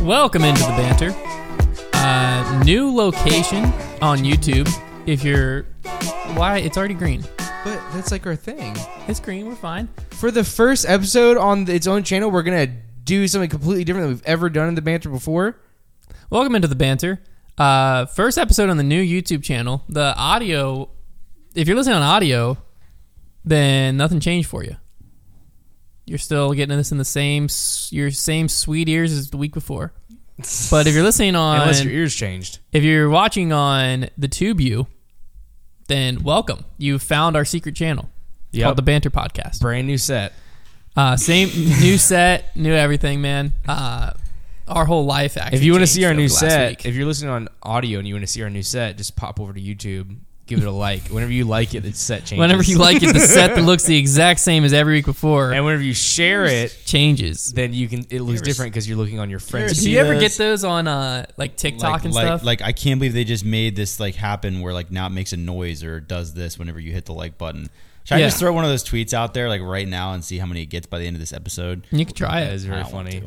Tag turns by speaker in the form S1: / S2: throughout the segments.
S1: Welcome into the banter. Uh, new location on YouTube. If you're, why it's already green.
S2: But that's like our thing.
S1: It's green. We're fine.
S2: For the first episode on its own channel, we're gonna do something completely different than we've ever done in the banter before.
S1: Welcome into the banter. Uh, first episode on the new YouTube channel. The audio, if you're listening on audio, then nothing changed for you. You're still getting this in the same s- your same sweet ears as the week before. But if you're listening on,
S2: Unless your ears changed.
S1: if you're watching on the TubeU, then welcome. You found our secret channel. It's
S2: Yep.
S1: called the Banter Podcast.
S2: Brand new set.
S1: Uh, same new set, new everything, man. Uh, our whole life actually.
S2: If you want to
S1: changed
S2: see our
S1: over
S2: new
S1: the last
S2: set,
S1: week.
S2: if you're listening on audio and you want to see our new set, just pop over to YouTube, give it a like. Whenever you like it, the set changes.
S1: whenever you like it, the set that looks the exact same as every week before
S2: and whenever you share it,
S1: changes.
S2: then you can it looks
S3: ever s-
S2: different because you're looking on your friends.
S3: ever
S1: Do
S3: see
S1: you ever
S3: those?
S1: get those on uh, like TikTok
S3: like,
S1: and
S3: like,
S1: stuff?
S3: Like I can't believe they just made this like happen where like now it makes a noise or does this whenever you hit the like button. Should
S1: Yeah.
S3: I just throw one of those tweets out there like right now and see how many it gets by the end of this episode?
S1: you can try
S2: That is
S1: it,
S3: I
S2: very
S3: don't want
S2: funny.
S3: to.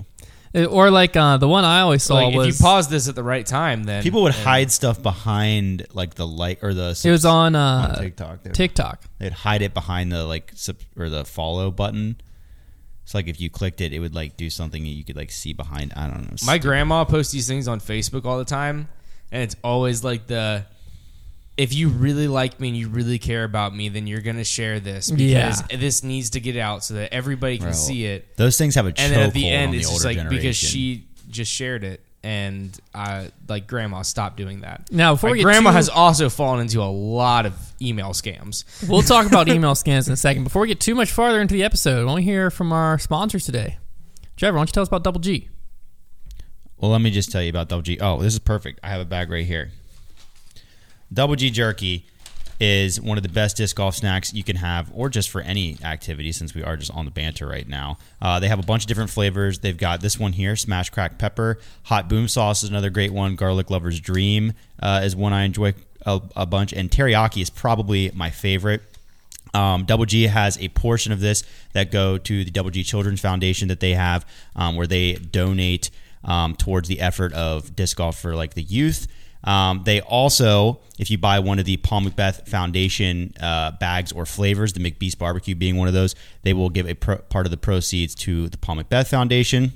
S1: Uh, or like uh, the one I always saw
S2: Like,
S1: was
S2: if you pause this at the right time, then
S3: People would
S2: and-
S3: hide stuff behind like the like or the
S1: it was on, uh,
S3: on TikTok. They would-
S1: TikTok.
S3: They'd hide it behind the like sub, or the follow button. So like if you clicked it, it would like do something that you could like see behind. I don't know.
S2: My grandma posts these things on Facebook all the time, and it's always like the if you really like me and you really care about me, then you're gonna share this because this needs to get out so that everybody can
S3: Bro.
S2: see it.
S3: Those things have a
S2: And then at the
S3: chokehold
S2: end,
S3: on
S2: it's
S3: the
S2: just
S3: older
S2: like
S3: generation.
S2: because she just shared it, and I like grandma stopped doing that.
S1: Now, before
S2: My
S1: we get
S2: grandma
S1: too-
S2: has also fallen into a lot of email scams.
S1: We'll talk about email scams in a second. Before we get too much farther into the episode, I want to hear from our sponsors today. Trevor, why don't you tell us about Double G?
S3: Well, let me just tell you about Double G. Oh, this is perfect. I have a bag right here. Double G Jerky is one of the best disc golf snacks you can have, or just for any activity, since we are just on the banter right now. Uh, they have a bunch of different flavors. They've got this one here, Smash Crack Pepper. Hot Boom Sauce is another great one. Garlic Lover's Dream uh, is one I enjoy a, a bunch. And Teriyaki is probably my favorite. Um, Double G has a portion of this that go to the Double G Children's Foundation that they have, um, where they donate um, towards the effort of disc golf for like the youth. Um, they also, if you buy one of the Paul Macbeth Foundation uh, bags or flavors, the McBeast Barbecue being one of those, they will give a pro- part of the proceeds to the Paul Macbeth Foundation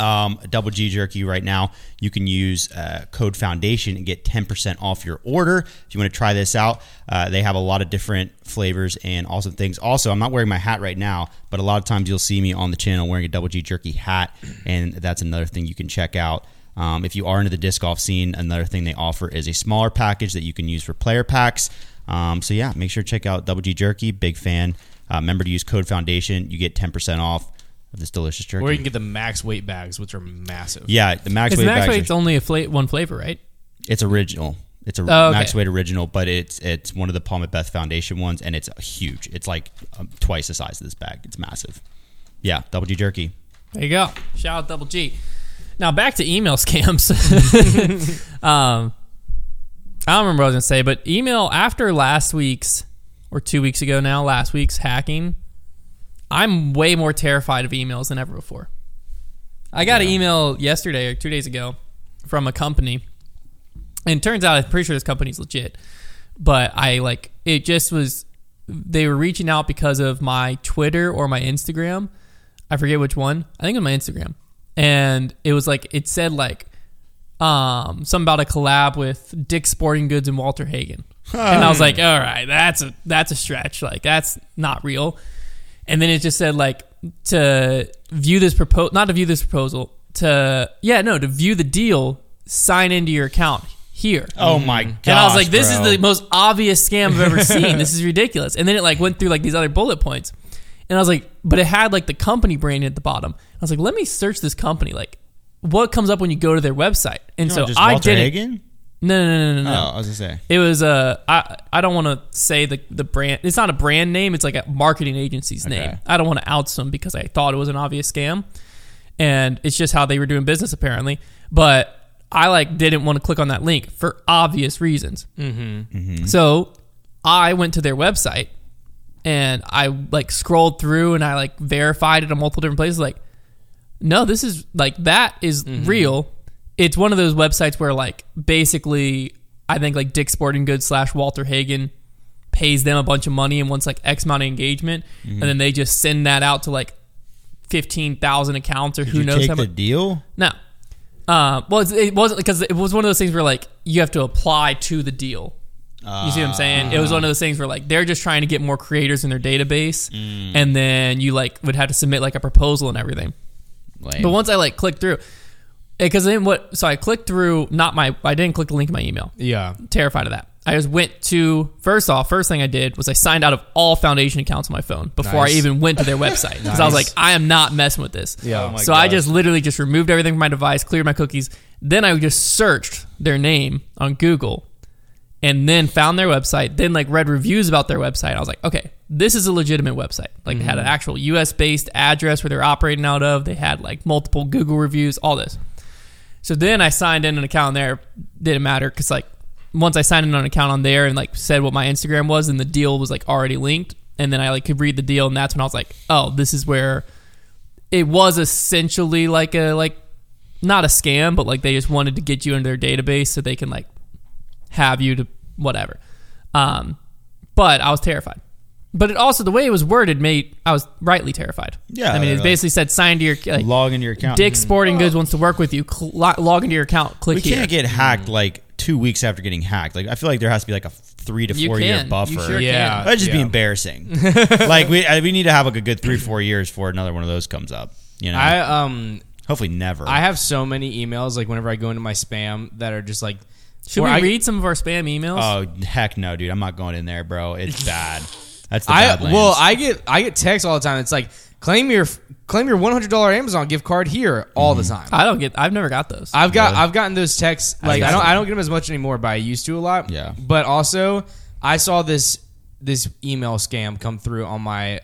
S3: um, double G jerky right now, you can use uh, code Foundation and get 10% off your order. If you want to try this out, uh, they have a lot of different flavors and awesome things. Also, I'm not wearing my hat right now, but a lot of times you'll see me on the channel wearing a double G jerky hat, and that's another thing you can check out. Um, if you are into the disc golf scene, another thing they offer is a smaller package that you can use for player packs. Um, so yeah, make sure to check out Double G Jerky. Big fan. Uh, remember to use code Foundation. You get 10% off of this delicious jerky.
S2: Or you can get the max weight bags, which are massive.
S3: Yeah, the max
S1: Because
S3: weight
S1: Max
S3: bags.
S1: Weight's
S3: are-
S1: only a fla- one flavor, right?
S3: it's original. It's a
S1: Oh, okay.
S3: max weight original, but it's it's one of the Palm Beth Foundation ones, and it's huge. It's like um, twice the size of this bag. It's massive. Yeah, double G jerky.
S1: There you go. Shout out Double G. Now back to email scams. um, I don't remember what I was gonna say, but email after last week's or two weeks ago now, last week's hacking, I'm way more terrified of emails than ever before. I got an email yesterday or two days ago from a company, and it turns out I'm pretty sure this company's legit. But I like it just was they were reaching out because of my Twitter or my Instagram. I forget which one. I think it was my Instagram. And it was like it said like um something about a collab with Dick Sporting Goods and Walter Hagen. and I was like, all right, that's a that's a stretch. Like that's not real. And then it just said like to view this proposal, not to view this proposal, to yeah, no, to view the deal, sign into your account here.
S3: Oh my god!
S1: And I was like, this is the most obvious scam I've ever seen. this is ridiculous. And then it like went through like these other bullet points. And I was like, but it had like the company brand at the bottom. I was like, let me search this company. Like, what comes up when you go to their website? And so
S3: just
S1: I
S3: Walter
S1: didn't.
S3: Hagen?
S1: No, no, no, no, no.
S3: Oh,
S1: no.
S3: I was gonna say.
S1: It was uh, I I don't want to say the the brand. It's not a brand name. It's like a marketing agency's name. I don't want to out some because I thought it was an obvious scam, and it's just how they were doing business apparently. But I like didn't want to click on that link for obvious reasons. Mm-hmm. So I went to their website and I like scrolled through and I like verified it on multiple different places. Like No, this is like that is
S3: Mm-hmm.
S1: real. It's one of those websites where like basically I think like Dick Sporting Goods slash Walter Hagen pays them a bunch of money and wants like X amount of engagement,
S3: Mm-hmm.
S1: and then they just send that out to like fifteen thousand accounts or who
S3: you
S1: knows
S3: take
S1: how
S3: the
S1: much.
S3: deal?
S1: No. Uh, well, it's- it wasn't because it was one of those things where like you have to apply to the deal. You see what I'm saying? It was one of those things where like they're just trying to get more creators in their database, and then you like would have to submit like a proposal and everything.
S3: Lame.
S1: But once I like clicked through, because then what? So I clicked through. Not my. I didn't click the link in my email.
S2: Yeah.
S1: Terrified of that. I just went to first off. First thing I did was I signed out of all foundation accounts on my phone before
S2: Nice.
S1: I even went to their website because I was like,
S2: Nice.
S1: I am not messing with this.
S2: Yeah. Oh my
S1: so I just literally just removed everything from my device, cleared my cookies. Then I just searched their name on Google, and then found their website. Then like read reviews about their website. I was like, okay, this is a legitimate website. Like they had an
S2: Mm-hmm.
S1: actual U.S. based address where they're operating out of. They had like multiple Google reviews. All this. So then I signed in an account there. Didn't matter because like once I signed in on an account on there and like said what my Instagram was and the deal was like already linked. And then I like could read the deal and that's when I was like, oh, this is where it was essentially like a like not a scam, but like they just wanted to get you into their database so they can like have you to whatever. Um, but I was terrified. But it also the way it was worded made I was rightly terrified.
S3: Yeah,
S1: I mean
S3: they're
S1: it
S3: like-
S1: basically said sign to your like,
S3: Log into your account.
S1: Dick Sporting Goods wants to work with you. Cl- lo- log into your account. Click
S3: we
S1: here.
S3: can't get hacked like two weeks after getting hacked. Like I feel like there has to be like a three to
S1: You
S3: four year
S1: can.
S3: buffer.
S1: You sure
S2: Yeah.
S1: can.
S3: That'd just be
S2: Yeah.
S3: embarrassing. like we I- we need to have like a good three four years before another one of those comes up. You know,
S2: I um
S3: hopefully never.
S2: I have so many emails like whenever I go into my spam that are just like
S1: Should
S2: where
S1: we
S2: I,
S1: read some of our spam emails?
S3: oh heck no, dude! I'm not going in there, bro. It's bad. That's the
S2: I
S3: Badlands.
S2: well I get I get texts all the time. It's like claim your claim your one hundred dollar Amazon gift card here all the time.
S1: I don't get. I've never got those.
S2: I've got I've gotten those texts like
S3: got
S2: I don't
S3: some.
S2: I don't get them as much anymore, but I used to a lot.
S3: Yeah.
S2: But also I saw this this email scam come through on my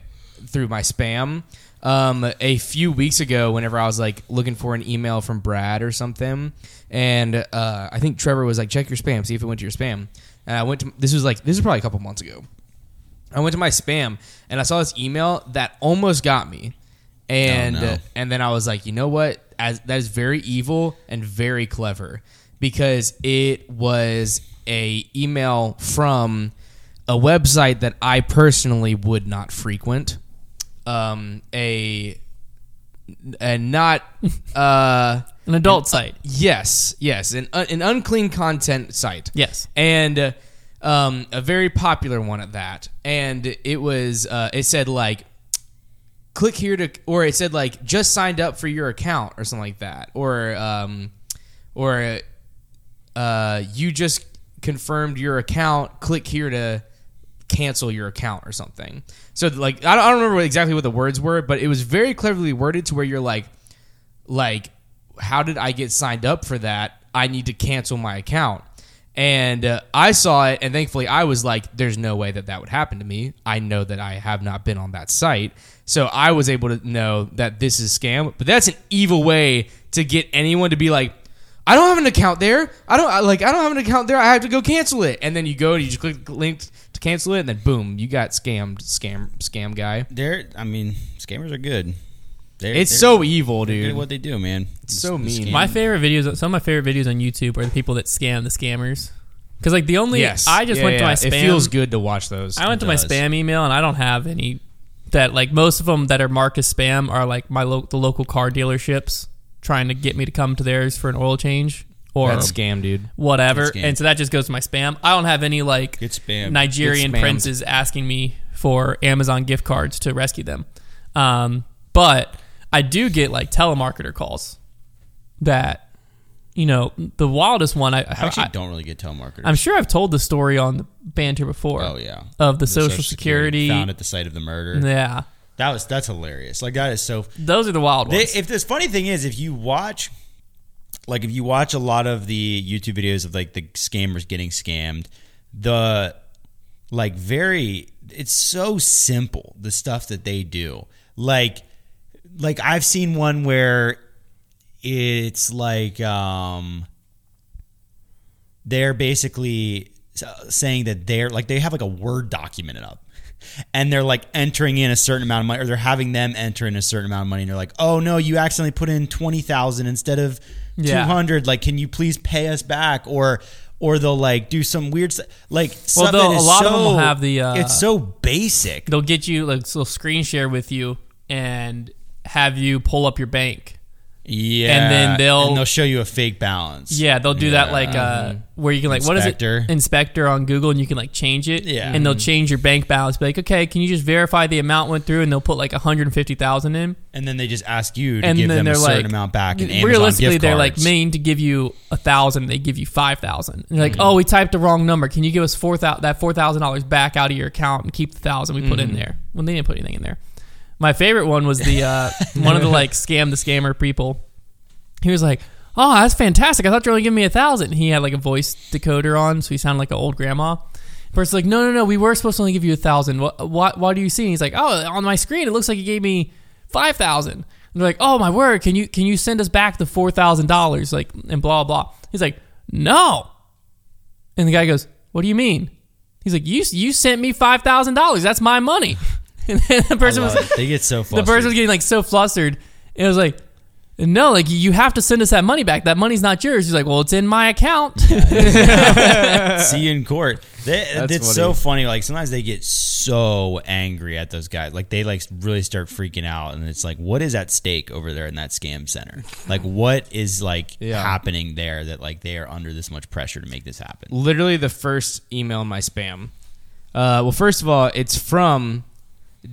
S2: through my spam um, a few weeks ago whenever I was like looking for an email from Brad or something and uh, I think Trevor was like check your spam see if it went to your spam and I went to this was like this was probably a couple months ago I went to my spam and I saw this email that almost got me. And
S3: Oh, no.
S2: and then I was like, you know what? As that is very evil and very clever because it was a email from a website that I personally would not frequent. Um, a and not uh
S1: An adult site.
S2: Yes, yes, an uh, an unclean content site.
S1: Yes.
S2: and uh, um, a very popular one at that. And it was uh, it said like, click here to, or it said like, just signed up for your account or something like that, or um, or uh, you just confirmed your account. Click here to cancel your account or something. So like, I don't, I don't remember what, exactly what the words were, but it was very cleverly worded to where you're like like how did i get signed up for that i need to cancel my account and uh, i saw it and thankfully i was like there's no way that that would happen to me i know that i have not been on that site so i was able to know that this is scam but that's an evil way to get anyone to be like i don't have an account there i don't I- like i don't have an account there i have to go cancel it and then you go and you just click the link to cancel it and then boom you got scammed scam scam guy
S3: they're. I mean, scammers are good. They're,
S2: it's
S3: they're
S2: so evil
S3: good at
S2: dude
S3: what they do, man. It's
S2: so
S3: the
S2: mean.
S3: scam.
S1: My favorite videos, some of my favorite videos on YouTube are the people that scam the scammers. Because like the only, I just
S2: Yeah,
S1: went to
S2: yeah.
S1: my spam.
S2: It feels good to watch those.
S1: I went to my
S3: does.
S1: spam email and I don't have any. That like most of them that are marked as spam are like my lo- the local car dealerships trying to get me to come to theirs for an oil change or
S2: That's scam, dude.
S1: whatever.
S3: That's scam.
S1: And so that just goes to my spam. I don't have any like
S3: Get spammed.
S1: Nigerian
S2: Get spammed.
S1: princes asking me for Amazon gift cards to rescue them. Um, but I do get like telemarketer calls that, you know, the wildest one. I,
S3: I actually
S1: I,
S3: don't really get telemarketers.
S1: I'm sure I've told the story on the banter before.
S3: oh yeah,
S1: Of the, social, security.
S3: found at the site of the murder.
S1: yeah.
S3: That was that's hilarious. Like that is so.
S1: Those are the wild
S3: They,
S1: ones.
S3: if this funny thing is, if you watch, like, if you watch a lot of the YouTube videos of like the scammers getting scammed, the like very, it's so simple the stuff that they do. Like, like I've seen one where it's like um uh, they're basically s- saying that they're like they have like a word documented up and they're like entering in a certain amount of money or they're having them enter in a certain amount of money and they're like oh no you accidentally put in 20000 instead of
S1: Yeah.
S3: 200 like can you please pay us back or or they'll like do some weird st- like
S1: Well,
S3: stuff that
S1: they'll- a
S3: is
S1: lot of them will
S3: so-
S1: have the, uh,
S3: it's so basic
S1: They'll get you like they'll screen share with you and have you pull up your bank.
S3: yeah
S1: and then they'll-
S3: and they'll show you a fake balance
S1: Yeah, they'll do that like uh, where you can like what
S3: mm-hmm. Inspector.
S1: is it inspector on Google and you can like change it.
S3: Yeah. Mm-hmm.
S1: and they'll change your bank balance. Be like, okay, can you just verify the amount went through? And they'll put like one hundred and fifty thousand in.
S3: and then they just ask you to
S1: and
S3: give
S1: then
S3: them
S1: they're
S3: a certain
S1: like
S3: amount back in Amazon
S1: realistically
S3: gift
S1: they're
S3: cards.
S1: like meaning to give you a thousand they give you five thousand and they're
S3: Mm-hmm.
S1: like oh we typed the wrong number can you give us four thousand that four thousand dollars back out of your account and keep the thousand we put
S3: Mm-hmm.
S1: in there when they didn't put anything in there my favorite one was the uh, one of the like scam the scammer people he was like oh that's fantastic i thought you were only giving me a thousand he had like a voice decoder on so he sounded like an old grandma Person's like, no, no, no. We were supposed to only give you a thousand. What, what, what do you see? And he's like, oh, on my screen, it looks like you gave me five thousand. And they're like, oh my word, can you can you send us back the four thousand dollars? Like and blah blah. He's like, no. And the guy goes, what do you mean? He's like, you you sent me five thousand dollars. That's my money. And then the person was
S3: Love it. they get so
S1: the
S3: flustered.
S1: person was getting like so flustered. It was like, no, like you have to send us that money back. That money's not yours. He's like, well, it's in my account.
S3: see you in court. They,
S2: That's
S3: it's so funny. Like sometimes they get so angry at those guys. Like they like really start freaking out, and it's like, what is at stake over there in that scam center? Like what is like
S2: Yeah.
S3: happening there that like they are under this much pressure to make this happen?
S2: literally the first email in my spam. Uh, well, first of all, it's from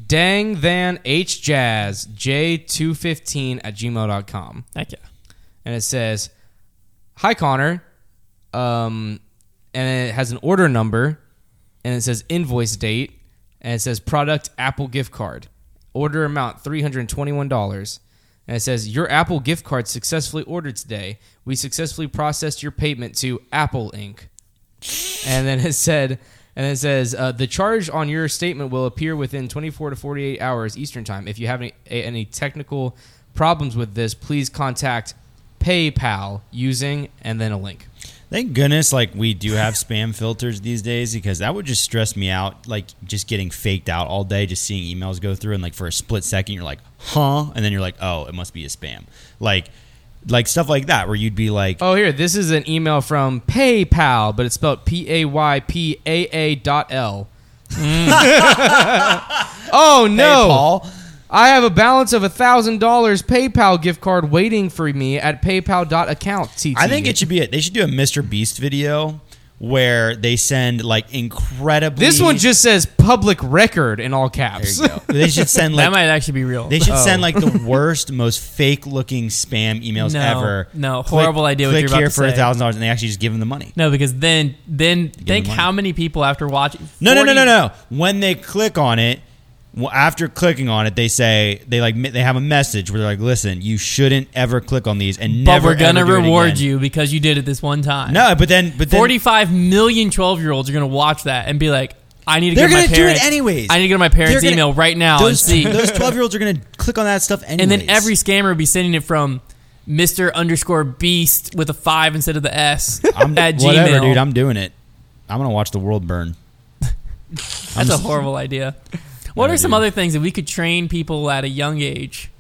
S2: Dang Than H Jazz J215 at gmail.com.
S1: Heck yeah.
S2: And it says, Hi, Connor. Um, and it has an order number and it says invoice date and it says product Apple gift card. Order amount $321. And it says, Your Apple gift card successfully ordered today. We successfully processed your payment to Apple Inc and then it said and it says uh, the charge on your statement will appear within 24 to 48 hours eastern time if you have any, a- any technical problems with this please contact paypal using and then a link
S3: Thank goodness, like we do have spam filters these days because that would just stress me out. Like just getting faked out all day, just seeing emails go through, and like for a split second, you're like, huh, and then you're like, oh, it must be a spam. Like, like stuff like that where you'd be like,
S2: oh here this is an email from paypal but it's spelled p-a-y-p-a-a dot l oh no
S3: Mm. PayPal.
S2: i have a balance of a $1000 paypal gift card waiting for me at paypal.account TT.
S3: I think it should be a, they should do a Mr. Beast video where they send like incredibly.
S2: This one just says public record in all
S3: There
S2: caps.
S3: you go. They should send
S1: that
S3: like
S1: might actually be real. Oh.
S3: they should send like the worst, most fake looking spam emails
S1: No,
S3: ever.
S1: no, horrible idea what
S3: Click
S1: you're about
S3: here
S1: to
S3: for
S1: say.
S3: a thousand dollars, and they actually just give them the money.
S1: No, because then then think
S3: money.
S1: how many people after watching.
S3: No, no, no,
S1: 40
S3: no, no. When they click on it, well, after clicking on it, they say they like they have a message where they're like, "Listen, you shouldn't ever click on these, and
S1: But
S3: never
S1: we're gonna
S3: ever do it
S1: reward
S3: again."
S1: you because you did it this one time.
S3: No, but then, but then,
S1: forty-five million twelve-year-olds are gonna watch that and be like, "I need to."
S3: They're
S1: go to
S3: gonna
S1: my
S3: do it
S1: parents,
S3: anyways.
S1: I need to go to my parents'
S3: gonna-
S1: email right now
S3: those
S1: and see.
S3: those twelve year olds are gonna click on that stuff, anyways.
S1: and then every scammer would be sending it from Mister underscore Beast with a five instead of the S
S3: I'm,
S1: at Gmail.
S3: whatever, dude. I'm doing it. I'm gonna watch the world burn.
S1: That's a horrible idea. What
S3: No,
S1: are some
S3: dude.
S1: other things that we could train people at a young age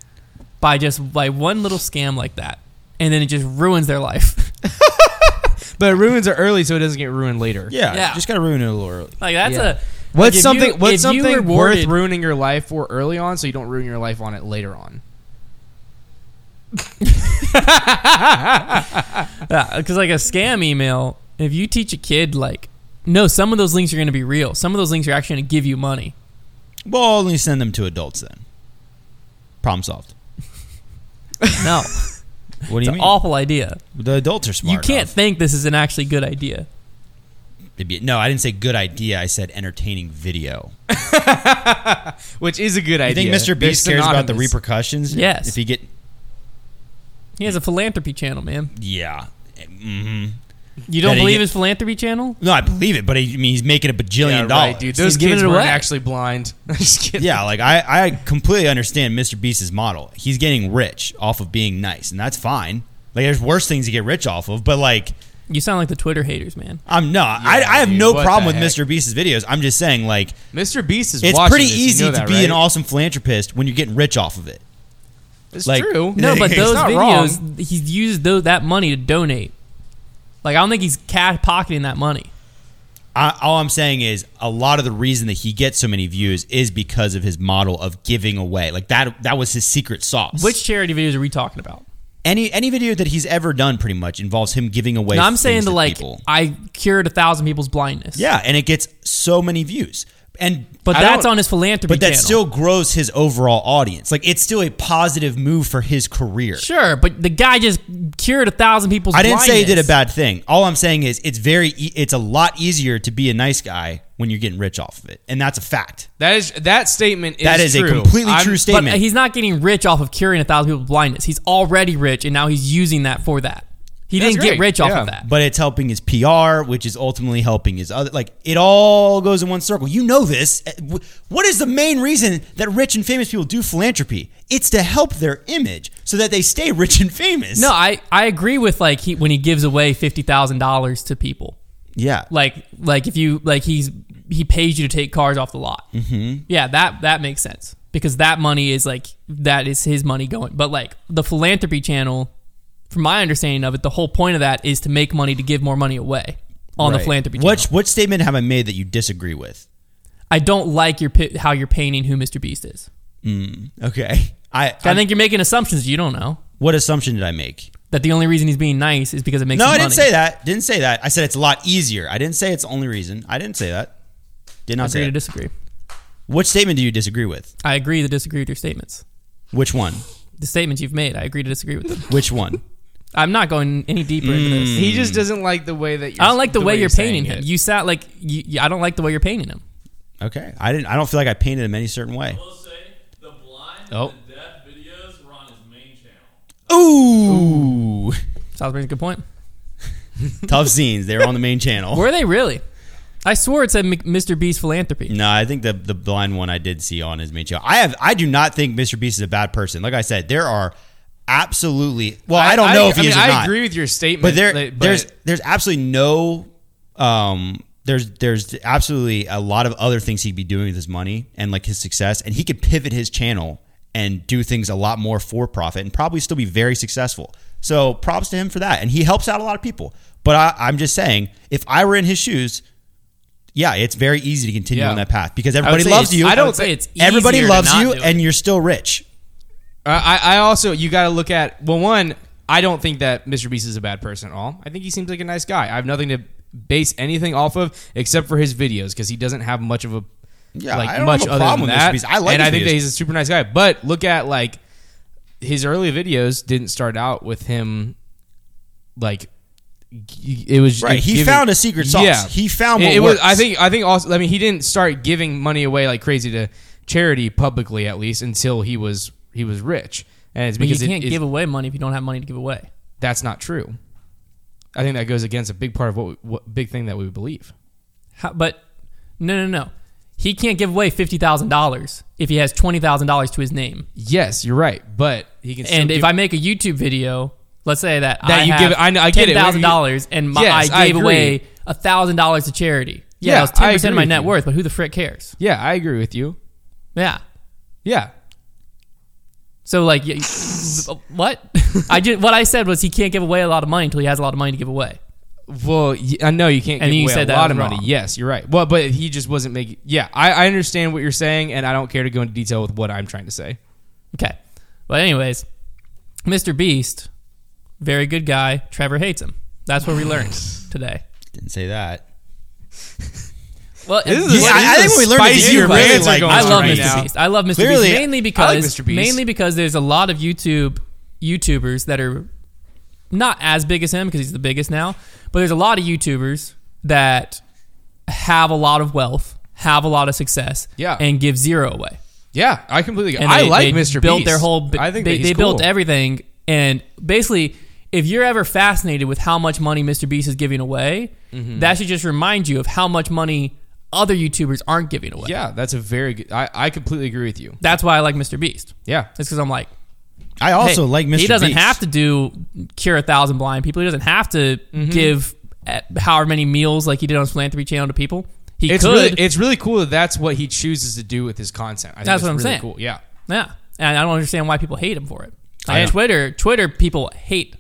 S1: by just by one little scam like that, and then it just ruins their life?
S2: But it ruins are early, so it doesn't get ruined later.
S3: Yeah,
S1: Yeah.
S3: just gotta ruin it a little early.
S1: Like that's a
S2: Yeah.
S1: like, if
S2: What's
S1: you-
S2: something?
S1: if you
S2: what's something
S1: rewarded-
S2: worth ruining your life for early on, so you don't ruin your life on it later on?
S1: because like a scam email, if you teach a kid like, no, some of those links are going to be real. Some of those links are actually going to give you money.
S3: Well, I'll only send them to adults then. Problem solved.
S1: No,
S3: What do
S1: it's
S3: you
S1: an
S3: mean?
S1: awful idea.
S3: the adults are smart.
S1: you can't
S3: enough.
S1: think this is an actually good idea.
S3: Maybe- No, I didn't say good idea. I said entertaining video.
S2: Which is a good
S3: I
S2: idea.
S3: think Mr. Beast
S2: They're
S3: cares about the
S2: synonymous.
S3: repercussions.
S1: Yes.
S3: If he get
S1: He has a philanthropy channel, man.
S3: yeah. hmm
S1: You don't
S3: That he
S1: believe
S3: get-
S1: his philanthropy channel?
S3: No, I believe it, but I, I mean he's making a bajillion
S2: Yeah,
S3: dollars.
S2: right, dude.
S1: He's
S2: Those
S1: giving
S2: kids
S1: it
S2: were
S1: away.
S2: actually blind. I'm just kidding.
S3: Yeah, like I, I completely understand Mr. Beast's model. He's getting rich off of being nice, and that's fine. Like there's worse things to get rich off of, but like
S1: You sound like the Twitter haters, man.
S3: I'm not. I,
S2: Yeah,
S3: I have
S2: dude,
S3: no
S2: what
S3: problem
S2: the
S3: with
S2: heck?
S3: Mr. Beast's videos. I'm just saying, like,
S2: Mr. Beast is.
S3: it's
S2: watching
S3: pretty
S2: this, you
S3: easy
S2: know
S3: to
S2: that,
S3: be an
S2: right?
S3: awesome philanthropist when you're getting rich off of it.
S2: It's
S3: like-
S2: true.
S1: No, but
S3: He's
S1: those
S2: not
S1: videos,
S2: wrong.
S1: he's used tho- that money to donate. Like I don't think he's cash pocketing that money.
S3: I, all I'm saying is a lot of the reason that he gets so many views is because of his model of giving away. Like that that was his secret sauce.
S1: Which charity videos are we talking about?
S3: any any video that he's ever done pretty much involves him giving away.
S1: No, I'm
S3: things
S1: saying
S3: to
S1: to like
S3: people.
S1: I cured a thousand people's blindness.
S3: yeah, and it gets so many views. And
S1: but
S3: I
S1: that's
S3: don't-
S1: on his philanthropy.
S3: But that
S1: channel.
S3: still grows his overall audience. Like it's still a positive move for his career.
S1: sure. But the guy just cured a thousand people's.
S3: I didn't say he did a
S1: blindness.
S3: bad thing. All I'm saying is it's very e- it's a lot easier to be a nice guy when you're getting rich off of it, and that's a fact.
S2: That is that statement. Is
S3: That is
S2: true.
S3: a completely
S2: I'm-
S3: true statement.
S1: But he's not getting rich off of curing a thousand people's blindness. He's already rich, and now he's using that for that. He
S2: That's
S1: didn't get
S2: great.
S1: rich off
S2: Yeah.
S1: of that.
S3: but it's helping his PR, which is ultimately helping his other. Like it all goes in one circle. You know this. Uh, wh- What is the main reason that rich and famous people do philanthropy? It's to help their image so that they stay rich and famous.
S1: No, I, I agree with like he when he gives away fifty thousand dollars to people.
S3: yeah,
S1: Like like if you like he's he pays you to take cars off the lot. Mm-hmm. Yeah, that that makes sense because that money is like that is his money going. But like the philanthropy channel, from my understanding of it, the whole point of that is to make money to give more money away on the
S3: Right.
S1: philanthropy.
S3: What
S1: channel.
S3: what statement have I made that you disagree with?
S1: I don't like your pi- how you're painting who Mr. Beast is.
S3: Hmm. Okay, I,
S1: I
S3: I-
S1: think you're making assumptions you don't know.
S3: what assumption did I make?
S1: That the only reason he's being nice is because it makes
S3: No,
S1: him
S3: I didn't
S1: money.
S3: say that. Didn't say that. I said it's a lot easier. I didn't say it's the only reason. I didn't say that. Did not
S1: Agree
S3: say.
S1: to
S3: That.
S1: disagree.
S3: What statement do you disagree with?
S1: I agree to disagree with your statements.
S3: Which one?
S1: the statements you've made. I agree to disagree with them.
S3: Which one?
S1: I'm not going any deeper into this.
S2: He just doesn't like Mm. the way that. You're,
S1: I don't like the, way, you're painting
S2: saying
S1: him.
S2: it.
S1: You sound like you, you- I don't like the way you're painting him.
S3: Okay, I didn't. I don't feel like I painted him any certain way.
S4: will say the blind
S2: Oh.
S4: and the deaf videos were on his main channel.
S3: Ooh.
S1: Sounds like a good point.
S3: Tough scenes. They were on the main channel.
S1: Were they really? I swore it said M- Mr. Beast philanthropy.
S3: No, I think the the blind one I did see on his main channel. I have I do not think Mr. Beast is a bad person. Like I said, there are absolutely well, I, don't know if he
S2: mean,
S3: is or
S2: I
S3: not.
S2: agree with your statement,
S3: but there
S2: like, but-
S3: there's there's absolutely no um there's there's absolutely a lot of other things he'd be doing with his money and like his success and he could pivot his channel and do things a lot more for profit and probably still be very successful so props to him for that and he helps out a lot of people but I, i'm just saying if i were in his shoes yeah it's very easy to continue
S2: Yeah.
S3: on that path because
S2: would
S3: everybody
S2: say
S3: loves
S2: it's-
S3: you
S2: I
S1: I
S2: don't
S1: don't say
S2: thi-
S1: it's
S3: everybody
S1: easier to
S3: loves
S1: not
S3: you
S1: do it.
S3: and you're still rich
S2: Uh, I, I also you got to look at well one. I don't think that Mr. Beast is a bad person at all. I think he seems like a nice guy. I have nothing to base anything off of except for his videos because he doesn't have much of a
S3: Yeah,
S2: like
S3: I don't
S2: much
S3: have a
S2: other
S3: problem
S2: than
S3: with Mr.
S2: that.
S3: Beast. I like
S2: and
S3: his
S2: I think that
S3: videos.
S2: he's a super nice guy. But look at like his early videos didn't start out with him like g- it was
S3: Right,
S2: it
S3: he
S2: giving-
S3: found a secret sauce. He found what
S2: it, it was.
S3: works.
S2: I think. I think also. I mean, he didn't start giving money away like crazy to charity publicly, at least until he was he was rich. And it's
S1: But
S2: because
S1: you
S2: it-
S1: can't
S2: it-
S1: give away money if you don't have money to give away.
S2: that's not true. I think that goes against a big part of what, we, what big thing that we believe.
S1: How, but no, no, no. He can't give away fifty thousand dollars if he has twenty thousand dollars to his name.
S2: Yes, you're right, but he can. Still
S1: and
S2: give,
S1: if I make a YouTube video, let's say that,
S2: That
S1: I
S2: you
S1: have
S2: give- I know- I get it. Whatever you-
S1: $10,000 and my,
S2: Yes, I
S1: I gave
S2: agree.
S1: away a thousand dollars to charity. Yeah,
S2: Yeah,
S1: that was ten
S2: I
S1: percent
S2: agree
S1: of my
S2: with
S1: net
S2: you.
S1: worth, but who the frick cares?
S2: yeah, I agree with you.
S1: Yeah.
S2: Yeah,
S1: So like, y- what? I just what I said was he can't give away a lot of money until he has a lot of money to give away.
S2: Well, y- I know you can't
S1: And
S2: give
S1: you
S2: away
S1: said
S2: a
S1: that
S2: lot
S1: was
S2: of money.
S1: wrong.
S2: Yes, you're right. Well, but he just wasn't making. Yeah, I, I understand what you're saying, and I don't care to go into detail with what I'm trying to say.
S1: Okay. But anyways, Mr. Beast, very good guy. Trevor hates him. That's what we learned today.
S3: didn't say that
S1: Well,
S2: This is-
S1: yeah,
S2: this
S3: I, I
S2: is
S3: think we learned
S2: spicy
S3: that you
S2: rants
S3: really
S2: are
S3: like
S2: going
S1: I
S2: on
S1: love
S2: right
S1: Mr.
S2: now.
S1: Beast. I love Mr.
S3: Clearly,
S1: Beast mainly
S2: I like
S1: because
S2: Mr. Beast.
S1: mainly because there's a lot of YouTube YouTubers that are not as big as him because he's the biggest now, but there's a lot of YouTubers that have a lot of wealth, have a lot of success,
S2: Yeah.
S1: and give zero away.
S2: Yeah, I completely.
S1: And
S2: I
S1: they-
S2: like
S1: they
S2: Mr.
S1: Built
S2: Beast.
S1: their whole.
S2: I think that
S1: they,
S2: he's
S1: they built
S2: cool.
S1: everything, and basically, if you're ever fascinated with how much money Mr. Beast is giving away,
S2: Mm-hmm.
S1: that should just remind you of how much money other YouTubers aren't giving away.
S2: Yeah, that's a very good. I, I completely agree with you.
S1: That's why I like Mr. Beast.
S2: Yeah,
S1: It's because I'm like,
S3: I also
S1: hey,
S3: like Mr.
S1: He doesn't
S3: Beast.
S1: have to do cure a thousand blind people. He doesn't have to give at however many meals like he did on his philanthropy channel to people. He
S2: It's
S1: could.
S2: really, it's really cool that that's what he chooses to do with his content. I think
S1: That's
S2: it's
S1: what I'm
S2: really
S1: saying.
S2: Cool. Yeah.
S1: yeah, and I don't understand why people hate him for it.
S3: I
S1: Like
S3: know.
S1: Twitter, Twitter people hate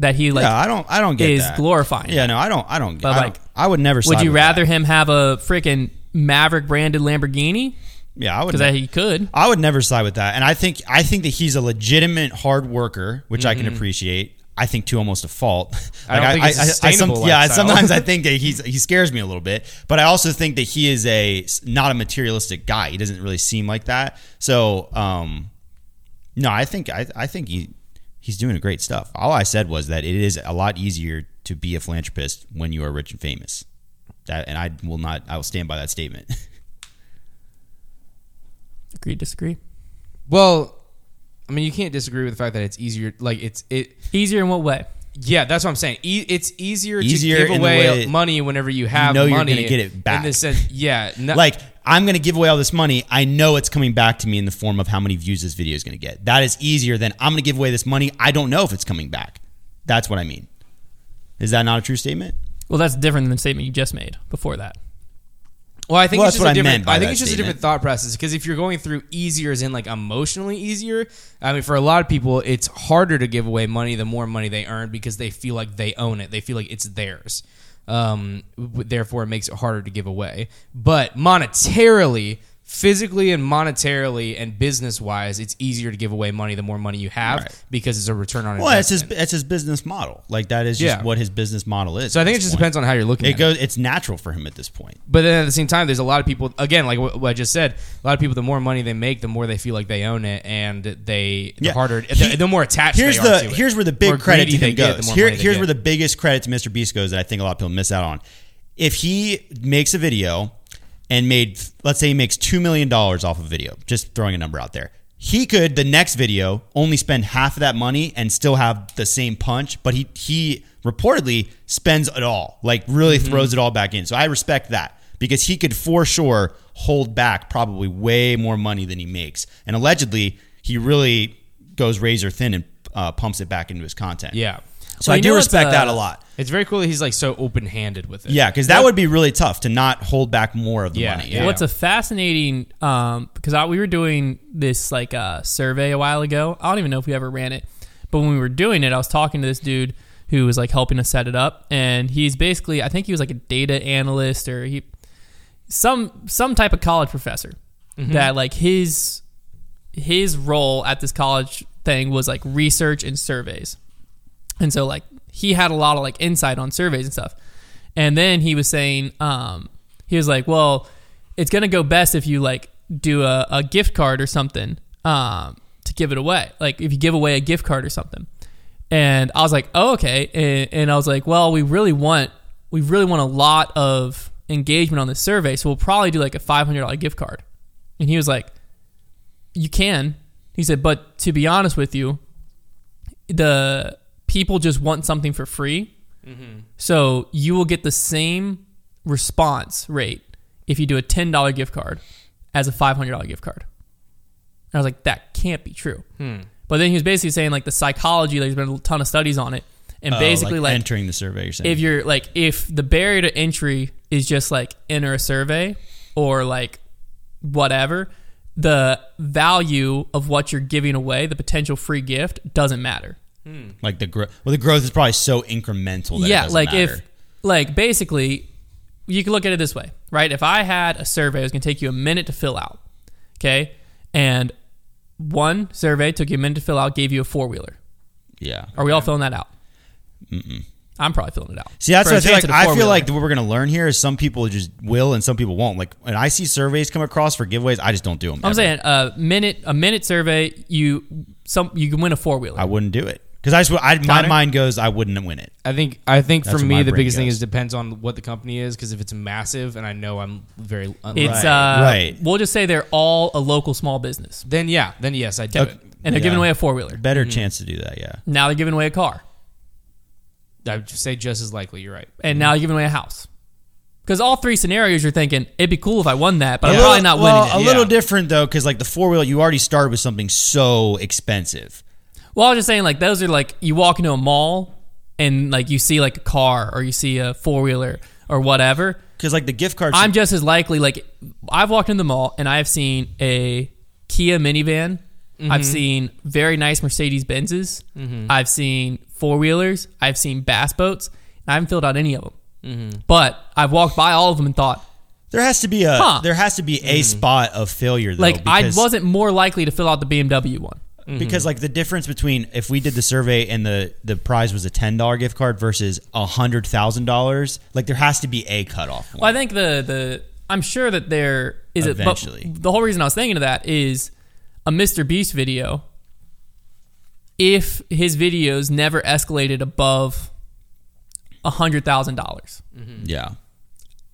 S1: that he like
S3: yeah, I don't. I don't get
S1: is
S3: that.
S1: glorifying.
S3: Yeah, no, I don't. I don't.
S1: But,
S3: I, don't-
S1: like,
S3: I would never.
S1: Would
S3: side
S1: you
S3: with
S1: rather
S3: That.
S1: him have a freaking Maverick branded Lamborghini?
S3: Yeah, I would.
S1: Because
S3: ne-
S1: he could.
S3: I would never side with that. And I think I think that he's a legitimate hard worker, which I can appreciate. I think to almost a fault.
S2: Mm-hmm. I don't think it's sustainable
S3: yeah,
S2: lifestyle.
S3: sometimes I think that he's he scares me a little bit, but I also think that he is a not a materialistic guy. He doesn't really seem like that. So, um, no, I think I, I think he he's doing great stuff. All I said was that it is a lot easier to be a philanthropist when you are rich and famous. That and I will not. I will stand by that statement.
S1: Agree, disagree.
S2: Well, I mean, you can't disagree with the fact that it's easier. Like it's it.
S1: Easier in what way?
S2: Yeah, that's what I'm saying. E- it's easier,
S3: Easier
S2: to
S3: in
S2: give
S3: the
S2: away
S3: way
S2: money whenever you have
S3: know you're
S2: money.
S3: gonna get it back.
S2: In the sense, yeah, no-
S3: like I'm going to give away all this money. I know it's coming back to me in the form of how many views this video is going to get. That is easier than I'm going to give away this money. I don't know if it's coming back. That's what I mean. Is that not a true statement?
S1: Well, that's different than the statement you just made before that.
S2: Well, I think
S3: Well,
S2: it's just
S3: that's what
S2: a
S3: I
S2: different.
S3: meant by
S2: I, think
S3: that
S2: it's just a
S3: statement.
S2: different thought process because if you're going through easier, as in like emotionally easier, I mean, for a lot of people, it's harder to give away money the more money they earn because they feel like they own it. They feel like it's theirs. Um, w- therefore, it makes it harder to give away. But monetarily, physically, and monetarily, and business wise, it's easier to give away money the more money you have
S3: Right.
S2: because it's a return on
S3: Well, that's his
S2: investment.
S3: that's his business model. Like that is just
S2: Yeah.
S3: what his business model is.
S2: so I
S3: at
S2: think it
S3: this
S2: just
S3: point.
S2: depends on how you're looking. at
S3: It goes. It's natural for him at this point.
S2: But then at the same time, there's a lot of people. Again, like what, what I just said, a lot of people. The more money they make, the more they feel like they own it, and they the harder,
S3: He-
S2: the, the more attached.
S3: Here's
S2: they
S3: the
S2: are to it.
S3: here's where the big
S2: more
S3: credit to
S2: greedy
S3: him
S2: they get, the
S3: goes.
S2: more
S3: Here,
S2: money they
S3: here's
S2: get.
S3: where the biggest credit to Mr. Beast goes that I think a lot of people miss out on. If he makes a video and made, let's say he makes two million dollars off a video, just throwing a number out there. He could the next video only spend half of that money and still have the same punch, but he he reportedly spends it all, like really throws it all back in. So I respect that because he could for sure hold back probably way more money than he makes, and allegedly he really goes razor thin and uh, pumps it back into his content.
S2: yeah,
S3: So
S1: Well,
S3: I
S1: you
S3: do
S1: know what's,
S3: respect that
S1: uh,
S3: a lot.
S2: it's very cool that he's like so open handed with it.
S3: Yeah, because that would be really tough to not hold back more of the
S2: Yeah,
S3: money. Uh,
S2: yeah.
S1: What's a fascinating um because I, we were doing this like uh survey a while ago. I don't even know if we ever ran it, but when we were doing it, I was talking to this dude who was like helping us set it up, and he's basically I think he was like a data analyst or he some some type of college professor that like his his role at this college thing was like research and surveys. And so like he had a lot of like insight on surveys and stuff. And then he was saying, um, he was like, Well, it's gonna go best if you like do a, a gift card or something, um, to give it away. Like if you give away a gift card or something. And I was like, Oh, okay. And, and I was like, Well, we really want we really want a lot of engagement on this survey, so we'll probably do like a five hundred dollar gift card. And he was like, you can. He said, but to be honest with you, the people just want something for free. So you will get the same response rate if you do a $10 gift card as a $500 gift card. And I was like, that can't be true. But then he was basically saying, like, the psychology, there's been a ton of studies on it. And
S3: Oh,
S1: basically, like,
S3: entering the survey, you're saying.
S1: if you're like if the barrier to entry is just like enter a survey or like whatever the value of what you're giving away the potential free gift doesn't matter
S3: like the growth. Well, the growth is probably so incremental. That
S1: yeah
S3: it
S1: like if
S3: matter.
S1: like basically you can look at it this way right if i had a survey it was going to take you a minute to fill out okay and one survey took you a minute to fill out gave you a four-wheeler
S3: yeah.
S1: are we all filling that out Mm-mm. i'm probably filling it out
S3: See, that's
S1: For
S3: what
S1: a
S3: I feel
S1: chance
S3: like.
S1: at a
S3: I feel
S1: four-wheeler.
S3: like what we're gonna learn here is some people just will and some people won't. Like, when I see surveys come across for giveaways, I just don't do them.
S1: I'm saying a minute a minute survey you some you can win a four wheeler.
S3: I wouldn't do it because I just would- I, my
S1: Connor?
S3: mind goes I wouldn't win it.
S2: I think I think
S3: That's
S2: for
S3: where my
S2: me the
S3: brain
S2: biggest thing
S3: goes.
S2: is depends on what the company is because if it's massive and I know I'm very unlikely,
S1: It's
S3: Right,
S1: uh
S3: right.
S1: we'll just say they're all a local small business
S2: then yeah, then yes, I do
S3: Okay.
S1: and they're
S3: Yeah.
S1: giving away a Mm-hmm. four wheeler.
S3: Better chance to do that. Yeah.
S1: Now they're giving away a car
S2: it. I would say just as likely. You're right.
S1: and now they're giving away a house. Cuz all three scenarios you're thinking it'd be cool if I won that, but I'm
S3: A little-
S1: probably not
S3: well,
S1: winning it.
S3: A little different though, because like the four wheel, you already started with something so expensive.
S1: Well, I was just saying like those are like you walk into a mall and like you see like a car or you see a four wheeler or whatever,
S3: Because like the gift card.
S1: I'm just as likely like I've walked in the mall and I have seen a Kia minivan. I've seen very nice Mercedes Benzes. I've seen four wheelers. I've seen bass boats. I haven't filled out any of them, but I've walked by all of them and thought,
S3: there has to be a
S1: Huh.
S3: there has to be a spot of failure though.
S1: like, I
S3: because-
S1: wasn't more likely to fill out the BMW one.
S3: because like the difference between if we did the survey and the the prize was a ten dollar gift card versus a hundred thousand dollars, like there has to be a cutoff. One.
S1: Well, I think the the I'm sure that there is a- but
S3: Eventually.
S1: the whole reason I was thinking of that is a Mr. Beast video. If his videos never escalated above hundred thousand dollars,
S3: Yeah,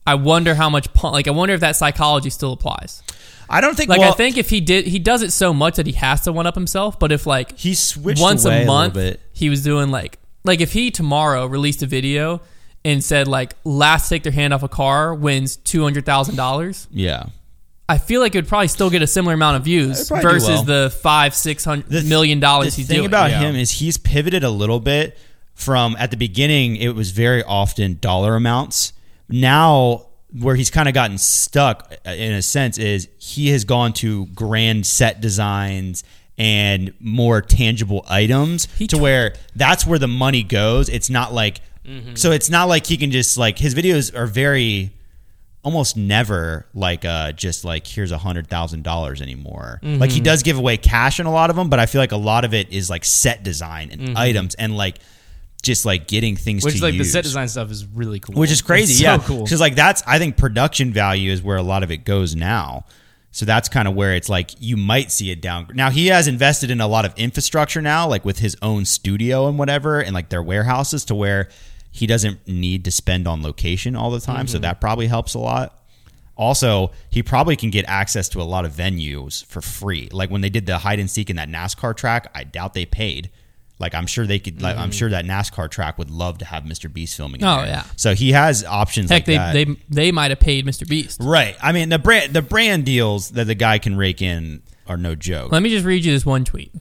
S1: I wonder how much pun- like I wonder if that psychology still applies.
S3: I don't think
S1: Like
S3: well,
S1: I think if he did, he does it so much that he has to one up himself. But if like
S3: he switched
S1: once
S3: away
S1: a month
S3: little bit.
S1: he was doing like like if he tomorrow released a video and said like last take their hand off a car wins two hundred thousand dollars.
S3: Yeah,
S1: I feel like it would probably still get a similar amount of views
S3: It'd probably do
S1: versus
S3: well.
S1: the five six hundred
S3: The
S1: million
S3: th-
S1: dollars
S3: the
S1: he's
S3: thing
S1: doing.
S3: about
S2: Yeah.
S3: him is he's pivoted a little bit from at the beginning it was very often dollar amounts now where he's kind of gotten stuck uh, in a sense is he has gone to grand set designs and more tangible items to where that's where the money goes it's not like
S1: Mm-hmm.
S3: so it's not like he can just like his videos are very almost never like uh just like here's a hundred thousand dollars anymore
S2: Mm-hmm.
S3: like he does give away cash in a lot of them but i feel like a lot of it is like set design and items and like just like getting things
S2: Mm-hmm. Which
S3: to
S2: is like
S3: use.
S2: the set design stuff is really cool.
S3: which is crazy
S2: It's
S3: yeah
S2: so cool.
S3: because like that's i think production value is where a lot of it goes now so that's kind of where it's like you might see it down now he has invested in a lot of infrastructure now like with his own studio and whatever and like their warehouses to where he doesn't need to spend on location all the time
S2: Mm-hmm.
S3: so that probably helps a lot also, he probably can get access to a lot of venues for free. Like when they did the hide and seek in that NASCAR track, I doubt they paid. Like I'm sure they could. Like I'm sure that NASCAR track would love to have Mr. Beast filming. in
S1: Mm. Oh,
S3: there.
S1: yeah.
S3: So he has options.
S1: Heck,
S3: like that.
S1: they, they they might have paid Mr. Beast.
S3: right. I mean the brand the brand deals that the guy can rake in are no joke.
S1: Let me just read you this one tweet